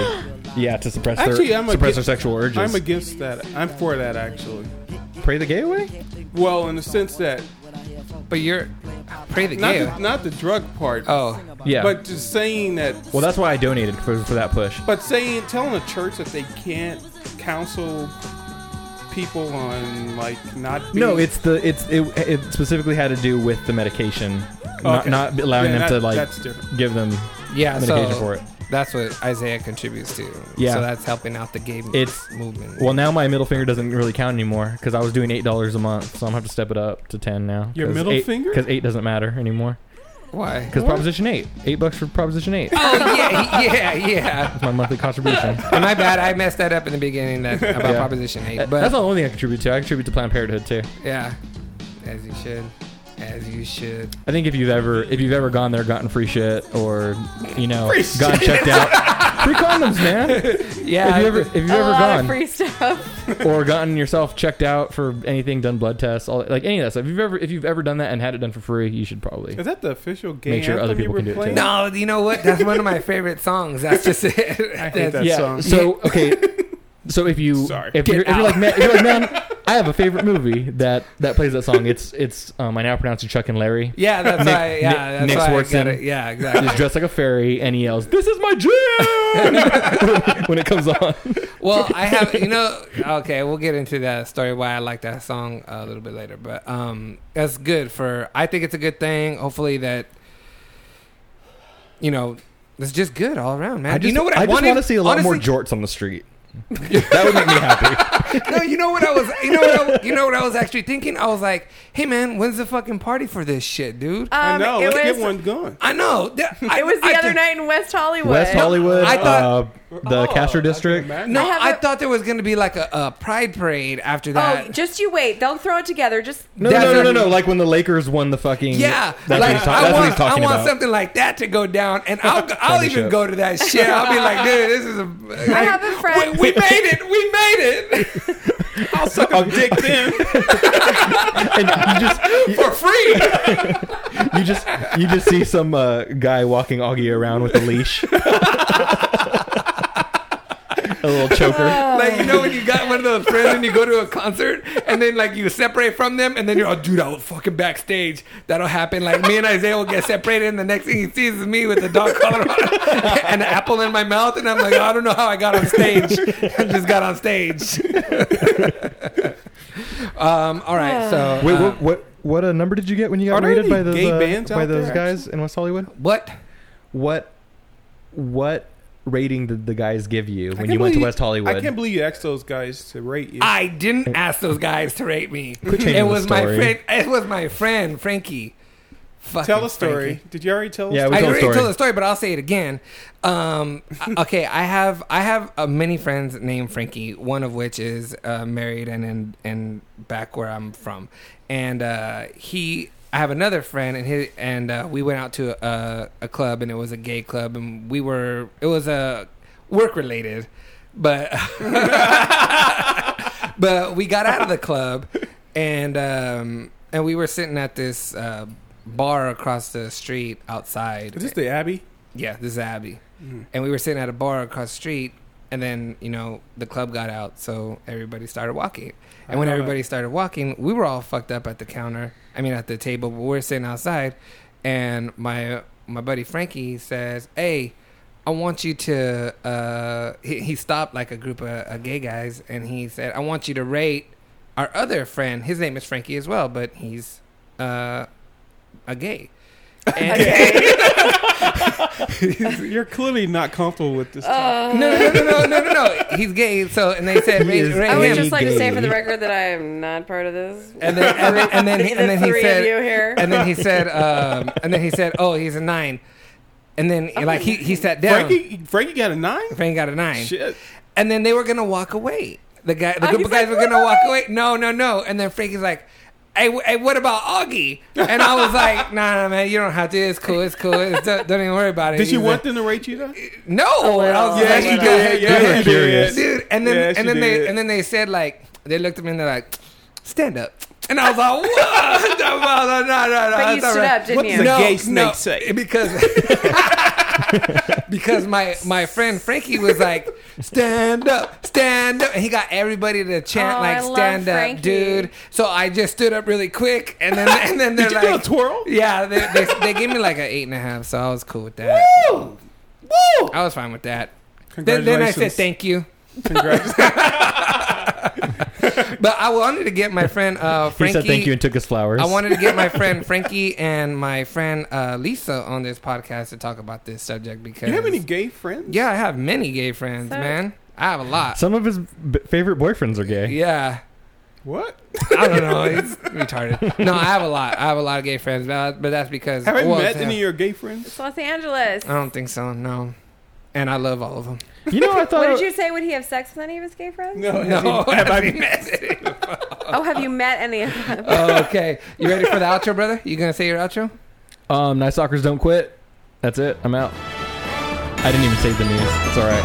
Speaker 3: yeah, to suppress
Speaker 5: Actually,
Speaker 3: their
Speaker 5: I'm
Speaker 3: suppress
Speaker 5: against,
Speaker 3: their sexual urges.
Speaker 5: I'm against that. I'm for that actually.
Speaker 3: pray the gay away.
Speaker 5: Well, in the sense that
Speaker 2: But you're pray the
Speaker 5: not
Speaker 2: gay.
Speaker 5: the, not the drug part,
Speaker 2: oh,
Speaker 3: Yeah.
Speaker 5: but just saying that.
Speaker 3: well, that's why I donated for, for that push.
Speaker 5: But saying telling a church that they can't counsel people on like not being,
Speaker 3: No, it's the it's it, it specifically had to do with the medication, not,
Speaker 5: Okay.
Speaker 3: not allowing
Speaker 5: Yeah,
Speaker 3: them to
Speaker 5: that-
Speaker 3: like
Speaker 5: that's different.
Speaker 3: give them
Speaker 2: yeah.
Speaker 3: medication
Speaker 2: so
Speaker 3: for it.
Speaker 2: that's what Isaiah contributes to.
Speaker 3: Yeah.
Speaker 2: so that's helping out the gay
Speaker 3: It's-
Speaker 2: movement.
Speaker 3: Well, now my middle finger doesn't really count anymore because I was doing eight dollars a month, so I'm gonna have to step it up to ten now.
Speaker 5: Your middle finger?
Speaker 3: because eight doesn't matter anymore.
Speaker 2: Why?
Speaker 3: Because Proposition Eight, eight bucks for Proposition Eight.
Speaker 2: Oh yeah, yeah, yeah.
Speaker 3: my monthly contribution.
Speaker 2: And my bad, I messed that up in the beginning that, about
Speaker 3: Yeah.
Speaker 2: Proposition Eight. But
Speaker 3: that's not the only thing I contribute to. I contribute to Planned Parenthood too.
Speaker 2: yeah, as you should, as you should.
Speaker 3: I think if you've ever if you've ever gone there, gotten free shit, or you know, gotten checked out, free condoms, man.
Speaker 2: Yeah,
Speaker 3: if you ever if you've
Speaker 4: a
Speaker 3: ever
Speaker 4: lot
Speaker 3: gone
Speaker 4: of free stuff.
Speaker 3: or gotten yourself checked out for anything, done blood tests, all like any of that stuff. If you've ever if you've ever done that and had it done for free, you should probably.
Speaker 5: Is that the official gay
Speaker 3: Make sure
Speaker 5: anthem
Speaker 3: other
Speaker 5: you
Speaker 3: people
Speaker 5: were
Speaker 3: can do it, too.
Speaker 5: playing?
Speaker 2: no, you know what? That's one of my favorite songs. That's just it. I
Speaker 5: hate that
Speaker 3: yeah.
Speaker 5: song.
Speaker 3: So okay. So if you
Speaker 5: Sorry.
Speaker 3: if
Speaker 5: Get
Speaker 3: you're, if you're like man, if you're like man, I have a favorite movie that that plays that song. It's it's um, I now pronounce it Chuck and Larry.
Speaker 2: Yeah, that's
Speaker 3: Nick-
Speaker 2: why. Yeah,
Speaker 3: Nick-
Speaker 2: that's
Speaker 3: Nick
Speaker 2: why I get
Speaker 3: Swartzen.
Speaker 2: it. Yeah,
Speaker 3: He's
Speaker 2: exactly.
Speaker 3: dressed like a fairy and he yells, "This is my gym!" when it comes on.
Speaker 2: well, I have you know. Okay, we'll get into that story why I like that song a little bit later. But um, that's good for. I think it's a good thing. Hopefully that. You know, it's just good all around, man.
Speaker 3: I just,
Speaker 2: you know what?
Speaker 3: I,
Speaker 2: I,
Speaker 3: just
Speaker 2: wanted-
Speaker 3: want to see a lot more
Speaker 2: honestly-
Speaker 3: jorts on the street. that would make me happy.
Speaker 2: No, you know what I was. You know what I, you know what I was actually thinking. I was like, "Hey, man, when's the fucking party for this shit, dude?"
Speaker 5: I
Speaker 4: Um,
Speaker 5: know.
Speaker 4: it
Speaker 5: Let's
Speaker 4: was,
Speaker 5: get one going.
Speaker 2: I know. That, I,
Speaker 4: It was the
Speaker 2: I
Speaker 4: other
Speaker 2: thi-
Speaker 4: night in West Hollywood.
Speaker 3: West Hollywood,
Speaker 2: I
Speaker 3: uh,
Speaker 2: thought- Oh,
Speaker 3: the Castro district.
Speaker 2: No,
Speaker 4: I have
Speaker 2: I,
Speaker 4: a-
Speaker 2: thought there was gonna be like a, a pride parade after
Speaker 4: Oh,
Speaker 2: that.
Speaker 4: just you wait. They'll throw it together. Just
Speaker 3: No,
Speaker 2: That's
Speaker 3: no, no, no,
Speaker 2: what-
Speaker 3: no, Like when the Lakers won the fucking.
Speaker 2: yeah,
Speaker 3: that's what
Speaker 2: like
Speaker 3: he's, ta-
Speaker 2: I
Speaker 3: that's
Speaker 2: want,
Speaker 3: what he's talking
Speaker 2: I want
Speaker 3: about.
Speaker 2: something like that to go down, and I'll go- I'll
Speaker 3: Turn the
Speaker 2: even
Speaker 3: show.
Speaker 2: go to that shit. I'll be like, dude, this is a.
Speaker 4: I have a friend.
Speaker 2: We, we made it. We made it
Speaker 5: I'll suck a dick then.
Speaker 3: and you just,
Speaker 2: for free.
Speaker 3: you, you just, you just see some uh, guy walking Augie around with a leash, a little choker.
Speaker 2: Like you know when you got one of those friends and you go to a concert and then like you separate from them and then you're all dude I was fucking backstage. That'll happen. Like me and Isaiah will get separated and the next thing he sees is me with a dog collar on and an apple in my mouth and I'm like "Oh, I don't know how I got on stage. I just got on stage. um. All right. So
Speaker 3: Wait,
Speaker 2: uh,
Speaker 3: what, what, what uh, number did you get when you
Speaker 5: Are
Speaker 3: got
Speaker 5: there
Speaker 3: raided
Speaker 5: any
Speaker 3: by those
Speaker 5: gay
Speaker 3: uh,
Speaker 5: bands
Speaker 3: by
Speaker 5: out
Speaker 3: those
Speaker 5: there,
Speaker 3: guys in West Hollywood?
Speaker 2: what?
Speaker 3: What, what rating did the guys give you
Speaker 5: I
Speaker 3: when
Speaker 5: can't
Speaker 3: you went to
Speaker 5: believe-
Speaker 3: West Hollywood? Ah,
Speaker 5: I can't believe you asked those guys to rate you.
Speaker 2: I didn't ask those guys to rate me.
Speaker 3: changing
Speaker 2: It
Speaker 3: the
Speaker 2: was my
Speaker 3: story.
Speaker 2: friend. It was my friend Frankie. Fucking
Speaker 5: tell a story.
Speaker 2: Frankie.
Speaker 5: Did you already tell?
Speaker 3: Yeah,
Speaker 5: a
Speaker 3: we-
Speaker 5: story?
Speaker 2: I
Speaker 3: tell the
Speaker 2: already
Speaker 3: story.
Speaker 2: told the story, but I'll say it again. Um, I- okay, I have I have uh, many friends named Frankie. One of which is uh, married and and and back where I'm from, and uh, he. I have another friend, and his, and uh, we went out to a, a club, and it was a gay club, and we were it was a work related, but but we got out of the club and um and we were sitting at this uh bar across the street outside
Speaker 5: Is this the Abbey?
Speaker 2: Yeah, this is Abby. And we were sitting at a bar across the street, and then, you know, the club got out, so everybody started walking. And when
Speaker 5: love it.
Speaker 2: everybody started walking, we were all fucked up at the counter, I mean, at the table, but we were sitting outside, and my my buddy Frankie says, Hey, I want you to. Uh, he, he stopped like a group of uh, gay guys, and he said, "I want you to rate our other friend. His name is Frankie as well, but he's uh, a gay." And,
Speaker 5: You're clearly not comfortable with this.
Speaker 2: no, no, no, no, no, no, no. He's gay. So, and they said,
Speaker 3: He
Speaker 2: "Rate,
Speaker 3: is
Speaker 2: rate
Speaker 4: I would
Speaker 2: him."
Speaker 4: just like to say
Speaker 3: gay.
Speaker 4: for the record that I am not part of this.
Speaker 2: and then, and then, and then, and then
Speaker 4: the
Speaker 2: he
Speaker 4: three
Speaker 2: said,
Speaker 4: of you here.
Speaker 2: and then he said, um, and then he said, "Oh, he's a nine. And then, like, he, he sat down. Frankie,
Speaker 5: Frankie, Frankie got a nine.
Speaker 2: got a nine.
Speaker 5: Shit.
Speaker 2: And then they were gonna walk away. The guy, the
Speaker 4: Oh,
Speaker 2: group of
Speaker 4: he's
Speaker 2: guys
Speaker 4: like,
Speaker 2: were gonna
Speaker 4: "Woo!"
Speaker 2: walk away. No, no, no. And then Frankie's like, "Hey, w- hey what about Augie?" And I was like, "Nah, nah, man, you don't have to. It's cool. It's cool. It's, don't, don't even worry about it."
Speaker 5: Did you
Speaker 2: He's
Speaker 5: want
Speaker 2: like,
Speaker 5: them to rate you though?
Speaker 2: No. And I was
Speaker 5: Yeah,
Speaker 2: like,
Speaker 5: she
Speaker 2: "You
Speaker 5: did.
Speaker 2: guys-
Speaker 5: Yeah,
Speaker 3: she did.
Speaker 2: dude. And then,
Speaker 5: Yeah, she
Speaker 2: and then they,
Speaker 5: did.
Speaker 2: and then they said like, they looked at me and they're like, "Stand up." And I was like, "What? no, no, no, no, no."
Speaker 4: But you
Speaker 2: it's all
Speaker 4: stood up, didn't
Speaker 2: What
Speaker 4: you?
Speaker 2: the
Speaker 4: No,
Speaker 5: gay snake say?
Speaker 2: Because because my my friend Frankie was like, stand up, stand up, and he got everybody to chant
Speaker 4: Oh, I
Speaker 2: like,
Speaker 4: love
Speaker 2: stand up,
Speaker 4: Frankie.
Speaker 2: dude. So I just stood up really quick, and then and then they're
Speaker 5: Did you
Speaker 2: like,
Speaker 5: do a twirl?
Speaker 2: yeah, they, they, they gave me like an eight and a half, so I was cool with that.
Speaker 5: Woo! Woo!
Speaker 2: I was fine with that. Then, then I said
Speaker 5: Congratulations.
Speaker 2: thank you.
Speaker 5: Congratulations.
Speaker 2: But I wanted to get my friend uh,
Speaker 3: He
Speaker 2: Frankie.
Speaker 3: said thank you and took his flowers.
Speaker 2: I wanted to get my friend Frankie and my friend uh, Lisa on this podcast to talk about this subject because
Speaker 5: you have any gay friends?
Speaker 2: Yeah, I have many gay friends,
Speaker 4: So-
Speaker 2: man. I have a lot.
Speaker 3: Some of his b- favorite boyfriends are gay.
Speaker 2: yeah.
Speaker 5: What?
Speaker 2: I don't know. It's retarded. No, I have a lot. I have a lot of gay friends, but, but that's because
Speaker 5: Have I
Speaker 2: well,
Speaker 5: met
Speaker 2: it's- uh,
Speaker 5: any of your gay friends?
Speaker 4: It's Los Angeles.
Speaker 2: I don't think so. No, and I love all of them.
Speaker 3: You know, I thought
Speaker 4: What did you say? Would he have sex with any of his gay friends?
Speaker 2: No, have I met? any?
Speaker 4: Oh, have you met any of them?
Speaker 2: okay, you ready for the outro, brother? You gonna say your outro?
Speaker 3: um, nice soccer's don't quit. That's it. I'm out. I didn't even save the news. It's all right.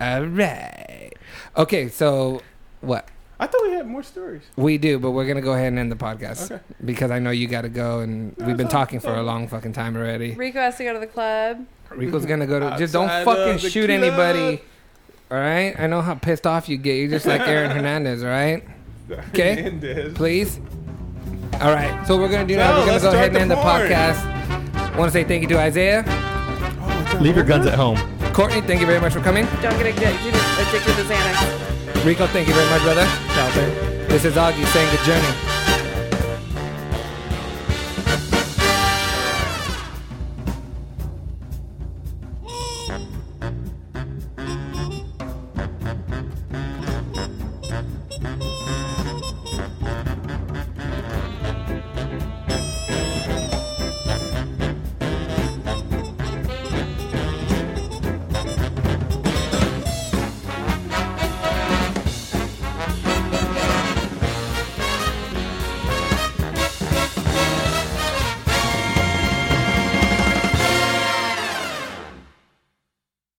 Speaker 2: All right. Okay, so what?
Speaker 5: I thought we had more stories.
Speaker 2: We do, but we're gonna go ahead and end the podcast
Speaker 5: Okay.
Speaker 2: because I know you got to go, and we've been
Speaker 5: it's all-
Speaker 2: talking for a long fucking time already.
Speaker 4: Rico has to go to the club.
Speaker 2: Rico's gonna go to. Just don't
Speaker 5: Outside
Speaker 2: fucking
Speaker 5: of the
Speaker 2: shoot
Speaker 5: club.
Speaker 2: anybody. All right. I know how pissed off you get. You're just like Aaron Hernandez. All right. Okay.
Speaker 5: Hernandez.
Speaker 2: Please. All right. So what we're gonna do
Speaker 5: No,
Speaker 2: now. We're gonna
Speaker 5: let's
Speaker 2: go
Speaker 5: start
Speaker 2: ahead and
Speaker 5: the
Speaker 2: end the
Speaker 5: porn.
Speaker 2: podcast. Want to say thank you to Isaiah,
Speaker 3: Leave your guns at home.
Speaker 2: Courtney. Thank you very much for coming.
Speaker 4: Don't get addicted, addicted to Xanax.
Speaker 2: Rico, thank you very much, brother. This is Augie saying good journey.